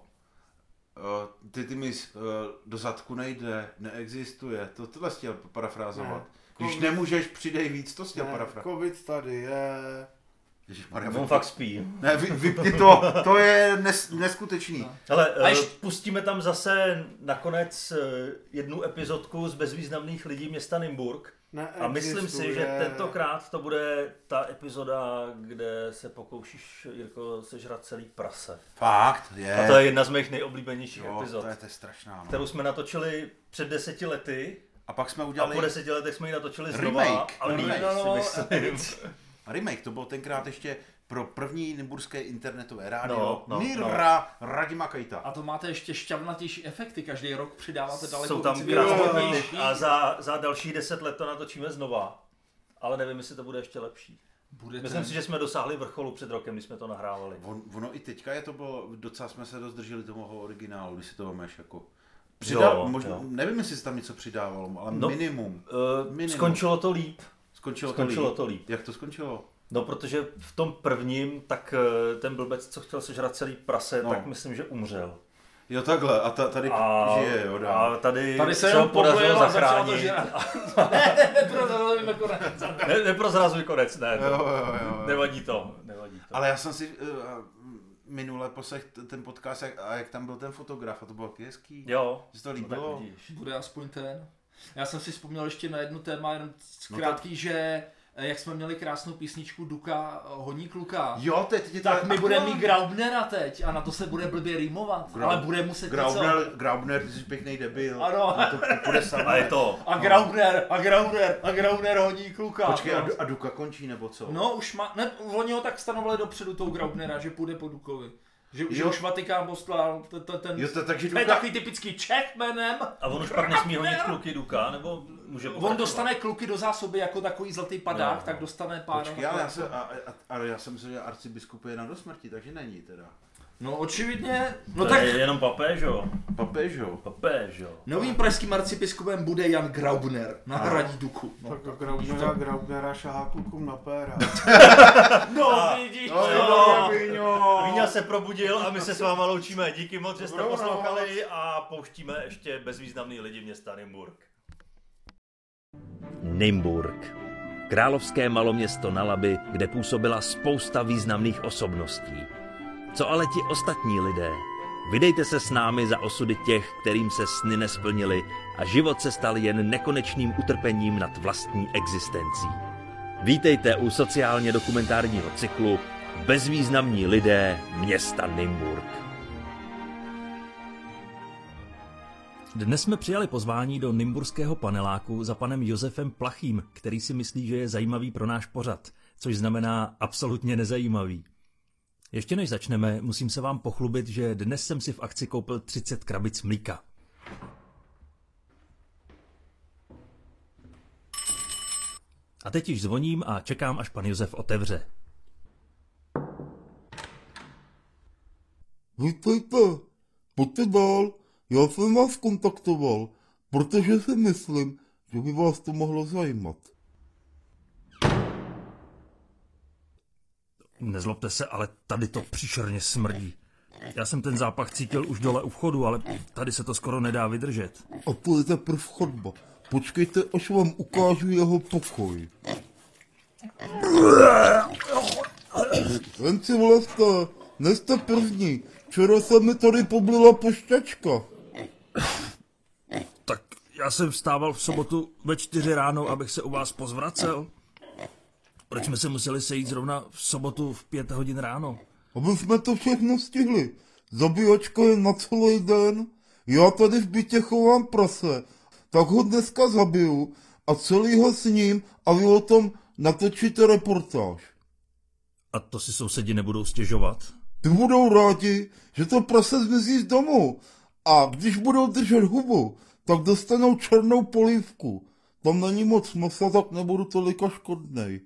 Speaker 3: Eh, Ty, ty mi eh, do zadku nejde, neexistuje, to tohle jsi chtěl parafrázovat.
Speaker 4: Ne.
Speaker 3: Když
Speaker 4: Covid-
Speaker 3: nemůžeš, přidej víc, to jsi chtěl parafrázovat.
Speaker 4: covid tady je,
Speaker 3: Ježišmarja,
Speaker 5: On fakt spí.
Speaker 3: Ne, vy, vypni to, to je nes, neskutečný.
Speaker 5: Hele,
Speaker 1: A
Speaker 5: eh,
Speaker 1: ještě-
Speaker 5: pustíme tam zase nakonec eh, jednu epizodku z bezvýznamných lidí města Nymburk.
Speaker 4: neexistuje.
Speaker 5: A myslím si, že tentokrát to bude ta epizoda, kde se pokoušíš, Jirko, sežrat celý prase.
Speaker 3: Fakt, je.
Speaker 5: A to je jedna z mých nejoblíbenějších
Speaker 3: jo,
Speaker 5: epizod,
Speaker 3: to je, to je strašná. No.
Speaker 5: kterou jsme natočili před deseti lety.
Speaker 3: A pak jsme
Speaker 5: A
Speaker 3: udělali...
Speaker 5: po deseti letech jsme ji natočili znova.
Speaker 3: Remake,
Speaker 5: ale
Speaker 3: remake.
Speaker 5: líp,
Speaker 1: No, no,
Speaker 5: si myslím.
Speaker 3: A remake, to bylo tenkrát ještě pro první nymburské internetové rádio
Speaker 5: No,
Speaker 3: no,
Speaker 5: no,
Speaker 3: no, Nirra no. Radima Kejta.
Speaker 1: A to máte ještě šťavnatější efekty, každý rok přidáváte daleko
Speaker 5: Jsou tam
Speaker 1: víc
Speaker 5: krásné
Speaker 1: věcí.
Speaker 5: efekty a za, za další deset let to natočíme znova. Ale nevím, jestli to bude ještě lepší.
Speaker 1: Bude
Speaker 5: Myslím si, že jsme dosáhli vrcholu před rokem, když jsme to nahrávali.
Speaker 3: On, ono i teďka je to bylo, docela jsme se dozdrželi toho originálu, když si to vemeš jako... Přidal,
Speaker 5: Jo,
Speaker 3: jo, možná,
Speaker 5: jo.
Speaker 3: jo. nevím, jestli se tam něco přidávalo, ale
Speaker 5: No.
Speaker 3: no. minimum.
Speaker 5: Uh,
Speaker 3: Minimum.
Speaker 5: skončilo to líp.
Speaker 3: Skončilo,
Speaker 5: Skončilo
Speaker 3: to, líp.
Speaker 5: to líp.
Speaker 3: Jak to skončilo?
Speaker 5: No, protože v tom prvním, tak eh, ten blbec, co chtěl sežrat celý prase, no.
Speaker 3: No.
Speaker 5: tak myslím, že umřel.
Speaker 3: Jo takhle, a ta, tady
Speaker 5: A,
Speaker 3: žije, jo, dá.
Speaker 5: a tady,
Speaker 1: Tady se
Speaker 5: ho
Speaker 1: jenom
Speaker 5: podařilo
Speaker 1: podvojila a začala to
Speaker 5: zachránit.
Speaker 1: žrat. Ne, neprozrazujeme konec.
Speaker 5: ne, neprozrazuj konec, ne.
Speaker 3: Jo,
Speaker 5: To,
Speaker 3: jo, jo, jo.
Speaker 5: nevadí to, nevadí to.
Speaker 3: Ale já jsem si uh, minule poslech t- ten podcast jak, a jak tam byl ten fotograf a to bylo taky hezký.
Speaker 5: Jo.
Speaker 3: Že se to
Speaker 5: no tak
Speaker 3: líbilo.
Speaker 5: vidíš.
Speaker 1: Bude aspoň ten. Já jsem si vzpomněl ještě na jednu téma, jenom
Speaker 3: No to-
Speaker 1: krátký, že eh, jak jsme měli krásnou písničku Duka eh, Honí kluka.
Speaker 3: jo, teď je to
Speaker 1: Tak my budeme mít
Speaker 3: aktuální.
Speaker 1: Graubnera teď a na to se bude blbě rýmovat,
Speaker 3: Grau-
Speaker 1: ale bude muset něco.
Speaker 3: Graubner, Graubner, ty jsi pěkný debil.
Speaker 1: Ano.
Speaker 3: A to, to půjde samé.
Speaker 5: A je to.
Speaker 1: A Graubner, a Graubner, a Graubner honí kluka.
Speaker 3: No. Počkej, a,
Speaker 1: no.
Speaker 3: Du- a Duka končí nebo co?
Speaker 1: no už má, ne, oni ho tak stanovali dopředu toho Graubnera, že půjde po Dukovi. Že, že
Speaker 3: Jo.
Speaker 1: už Vatikán poslal ten, ten, ten
Speaker 3: Jo, to, takže
Speaker 1: to je
Speaker 3: Duka...
Speaker 1: takový typický Čech jménem.
Speaker 5: A on už pak nesmí honit kluky Duka, nebo může
Speaker 1: On
Speaker 5: pokračovat?
Speaker 1: dostane kluky do zásoby jako takový zlatý padák,
Speaker 5: No.
Speaker 1: tak dostane pár.
Speaker 3: Počkej, ale já, jsem, a, a, ale já jsem myslel, že arcibiskup je na dosmrti, takže není teda.
Speaker 1: No očividně,
Speaker 5: No
Speaker 1: no
Speaker 5: to tak...
Speaker 1: tak
Speaker 5: je jenom papéž, jo.
Speaker 3: Papež, jo.
Speaker 5: Papéž, jo.
Speaker 1: novým pražským arcibiskupem bude Jan Graubner, nahradí Duku. No,
Speaker 4: Tak Graubnera, Graubnera šahá klukům na péra.
Speaker 1: no vidíš
Speaker 3: No,
Speaker 5: jo.
Speaker 3: Víňo.
Speaker 5: Víňa se probudil a my se s váma loučíme. Díky moc, že jste poslouchali a pouštíme ještě bezvýznamný lidi města Nymburk.
Speaker 6: Nymburk. Královské maloměsto na Labi, kde působila spousta významných osobností. Co ale ti ostatní lidé? Vydejte se s námi za osudy těch, kterým se sny nesplnily a život se stal jen nekonečným utrpením nad vlastní existencí. Vítejte u sociálně dokumentárního cyklu Bezvýznamní lidé města Nymburk. Dnes jsme přijali pozvání do Nymburského paneláku za panem Josefem Plachým, který si myslí, že je zajímavý pro náš pořad, což znamená absolutně nezajímavý. Ještě než začneme, musím se vám pochlubit, že dnes jsem si v akci koupil 30 krabic mlíka. A teď již zvoním a čekám, až pan Josef otevře.
Speaker 7: Vítejte, pojďte dál, já jsem vás kontaktoval, protože si myslím, že by vás to mohlo zajímat.
Speaker 6: Nezlobte se, ale tady to příšerně smrdí. Já jsem ten zápach cítil už dole u vchodu, ale tady se to skoro nedá vydržet.
Speaker 7: A to je teprv chodba. Počkejte, až vám ukážu jeho pokoj. Jen si vlezte, nejste první. Včera se mi tady poblila pošťačka.
Speaker 6: Tak
Speaker 5: Já jsem vstával v sobotu ve čtyři ráno, abych se u vás pozvracel. Proč jsme se museli sejít zrovna v sobotu v pět hodin ráno?
Speaker 7: Aby jsme to všechno stihli. Zabíjačka je na celý den. Já tady v bytě chovám prase. Tak ho dneska zabiju a celý ho s ním a vy o tom natočíte reportáž.
Speaker 5: A to si sousedi nebudou stěžovat?
Speaker 7: Ty budou rádi, že to prase zmizí z domu. A když budou držet hubu, tak dostanou černou polívku. Tam není moc masa, tak nebudu tolika škodnej.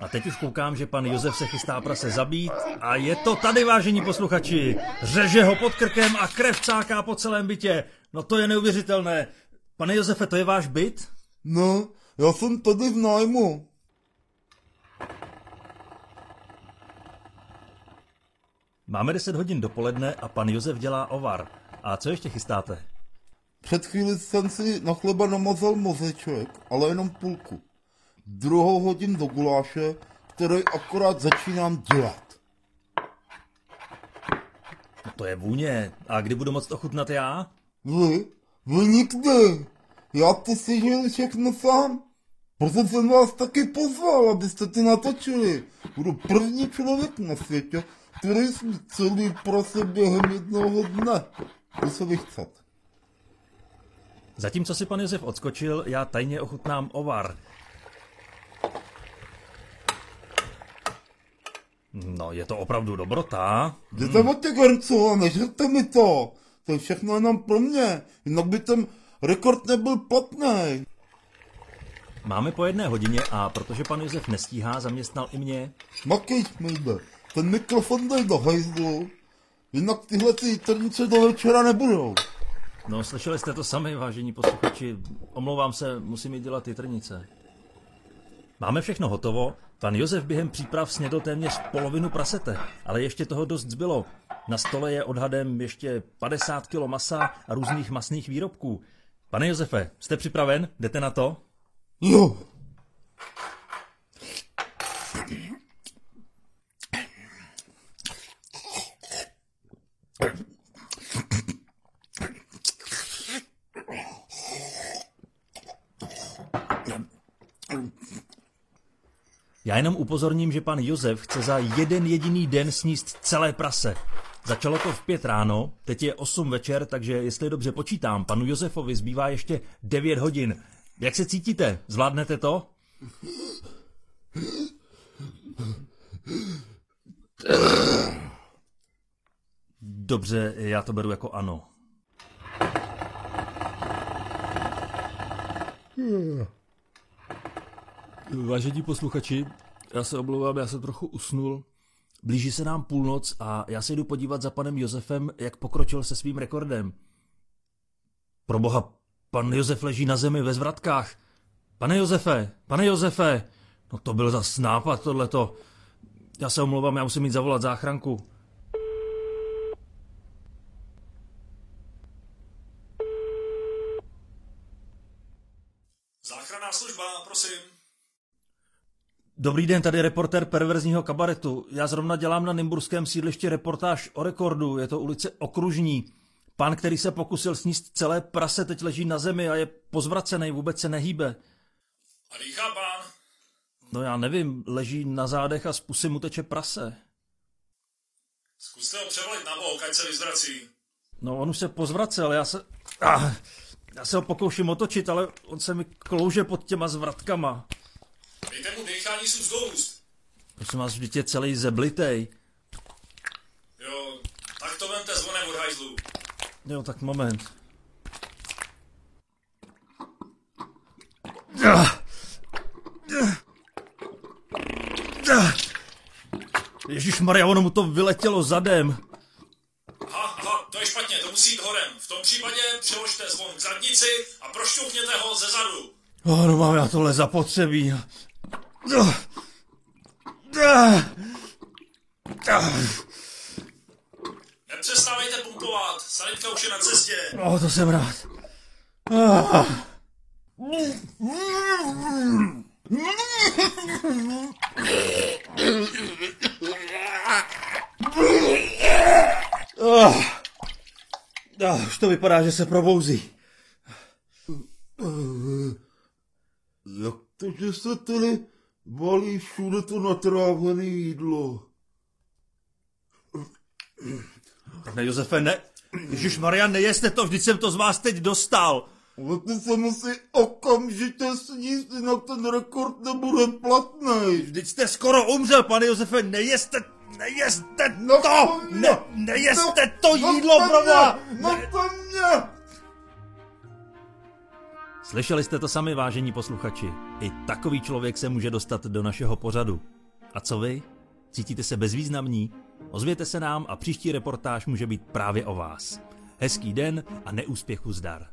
Speaker 5: A teď už koukám, že pan Josef se chystá prase zabít a je to tady, vážení posluchači. Řeže ho pod krkem a krev cáká po celém bytě. No to je neuvěřitelné. Pane Josefe, to je váš byt?
Speaker 7: No, já jsem tady v nájmu.
Speaker 5: Máme 10 hodin dopoledne a pan Josef dělá ovar. A co ještě chystáte?
Speaker 7: Před chvíli jsem si na chleba namazal mozeček, ale jenom půlku. Druhou hodin do guláše, který akorát začínám dělat.
Speaker 5: No to je vůně. A kdy budu moct ochutnat já?
Speaker 7: Vy? Vy nikdy! Já to si žil všechno sám. Proto jsem vás taky pozval, abyste to natočili. Budu první člověk na světě, který jsem celý pro sebe během jednoho dne. To se vychcete.
Speaker 5: Zatímco si pan Josef odskočil, já tajně ochutnám ovar. No, je to opravdu dobrota.
Speaker 7: Jděte od těch herců a nežerte mi to. To je všechno jenom pro mě. Jinak by ten rekord nebyl platný.
Speaker 5: Máme po jedné hodině a protože pan Josef nestíhá, zaměstnal i mě.
Speaker 7: Makej, Milde, ten mikrofon dej do hajzlu. Jinak tyhle ty jitrnice do večera nebudou.
Speaker 5: No, slyšeli jste to sami, vážení posluchači. Omlouvám se, musím jít dělat jitrnice. Máme všechno hotovo. Pan Josef během příprav snědl téměř polovinu prasete, ale ještě toho dost zbylo. Na stole je odhadem ještě 50 kg masa a různých masných výrobků. Pane Josefe, jste připraven? Jdete na to?
Speaker 7: Jo.
Speaker 5: Já jenom upozorním, že pan Josef chce za jeden jediný den sníst celé prase. Začalo to v pět ráno, teď je 8 večer, takže jestli dobře počítám, panu Josefovi zbývá ještě 9 hodin. Jak se cítíte? Zvládnete to? Dobře, já to beru jako ano. Vážení posluchači, já se omlouvám, já jsem trochu usnul. Blíží se nám půlnoc a já se jdu podívat za panem Josefem, jak pokročil se svým rekordem. Pro boha, pan Josef leží na zemi ve zvratkách. Pane Josefe, pane Josefe, no to byl zas nápad tohleto. Já se omlouvám, já musím jít zavolat záchranku.
Speaker 1: Záchranná služba, prosím.
Speaker 5: Dobrý den, tady reporter perverzního kabaretu. Já zrovna dělám na Nymburském sídlišti reportáž o rekordu, je to ulice Okružní. Pán, který se pokusil sníst celé prase, teď leží na zemi a je pozvracený, vůbec se nehýbe.
Speaker 1: A dýchá pán.
Speaker 5: No já nevím, leží na zádech a z pusy mu teče prase.
Speaker 1: Zkuste ho převolit na bok, ať se vyzvrací.
Speaker 5: No on už se pozvracel, já se... Ah, já se ho pokouším otočit, ale on se mi klouže pod těma zvratkama.
Speaker 1: Dejte mu dýchání z do úst.
Speaker 5: Prosím vás, vždyť je celý zeblitej.
Speaker 1: Jo, tak to vemte zvonem od hajzlu.
Speaker 5: Jo, tak moment. Ježíš Maria, ono mu to vyletělo zadem.
Speaker 1: Aha, aha, to je špatně, to musí jít horem. V tom případě přeložte zvon k zadnici a prošťouchněte ho ze zadu.
Speaker 5: Oh, no mám já tohle zapotřebí.
Speaker 1: Nepřestávejte pumpovat, sanitka už je na cestě.
Speaker 5: Oh, to jsem rád.
Speaker 8: Ah. A už to vypadá, že se probouzí.
Speaker 7: Jak to, že se tady valí všude to natrávené jídlo?
Speaker 8: Ne, Josefe, ne. Ježíš Marian, nejeste to, vždyť jsem to z vás teď dostal.
Speaker 7: Ale ty se musí okamžitě sníst, jinak ten rekord nebude platný.
Speaker 8: Vždyť jste skoro umřel, pane Josefe, nejeste, nejeste
Speaker 7: No
Speaker 8: to,
Speaker 7: to mě.
Speaker 8: ne, nejeste to
Speaker 7: No
Speaker 8: jídlo,
Speaker 7: to
Speaker 8: pro
Speaker 7: mě,
Speaker 8: boha.
Speaker 7: No to mě!
Speaker 5: Slyšeli jste to sami, vážení posluchači. I takový člověk se může dostat do našeho pořadu. A co vy? Cítíte se bezvýznamní? Ozvěte se nám a příští reportáž může být právě o vás. Hezký den a neúspěchu zdar.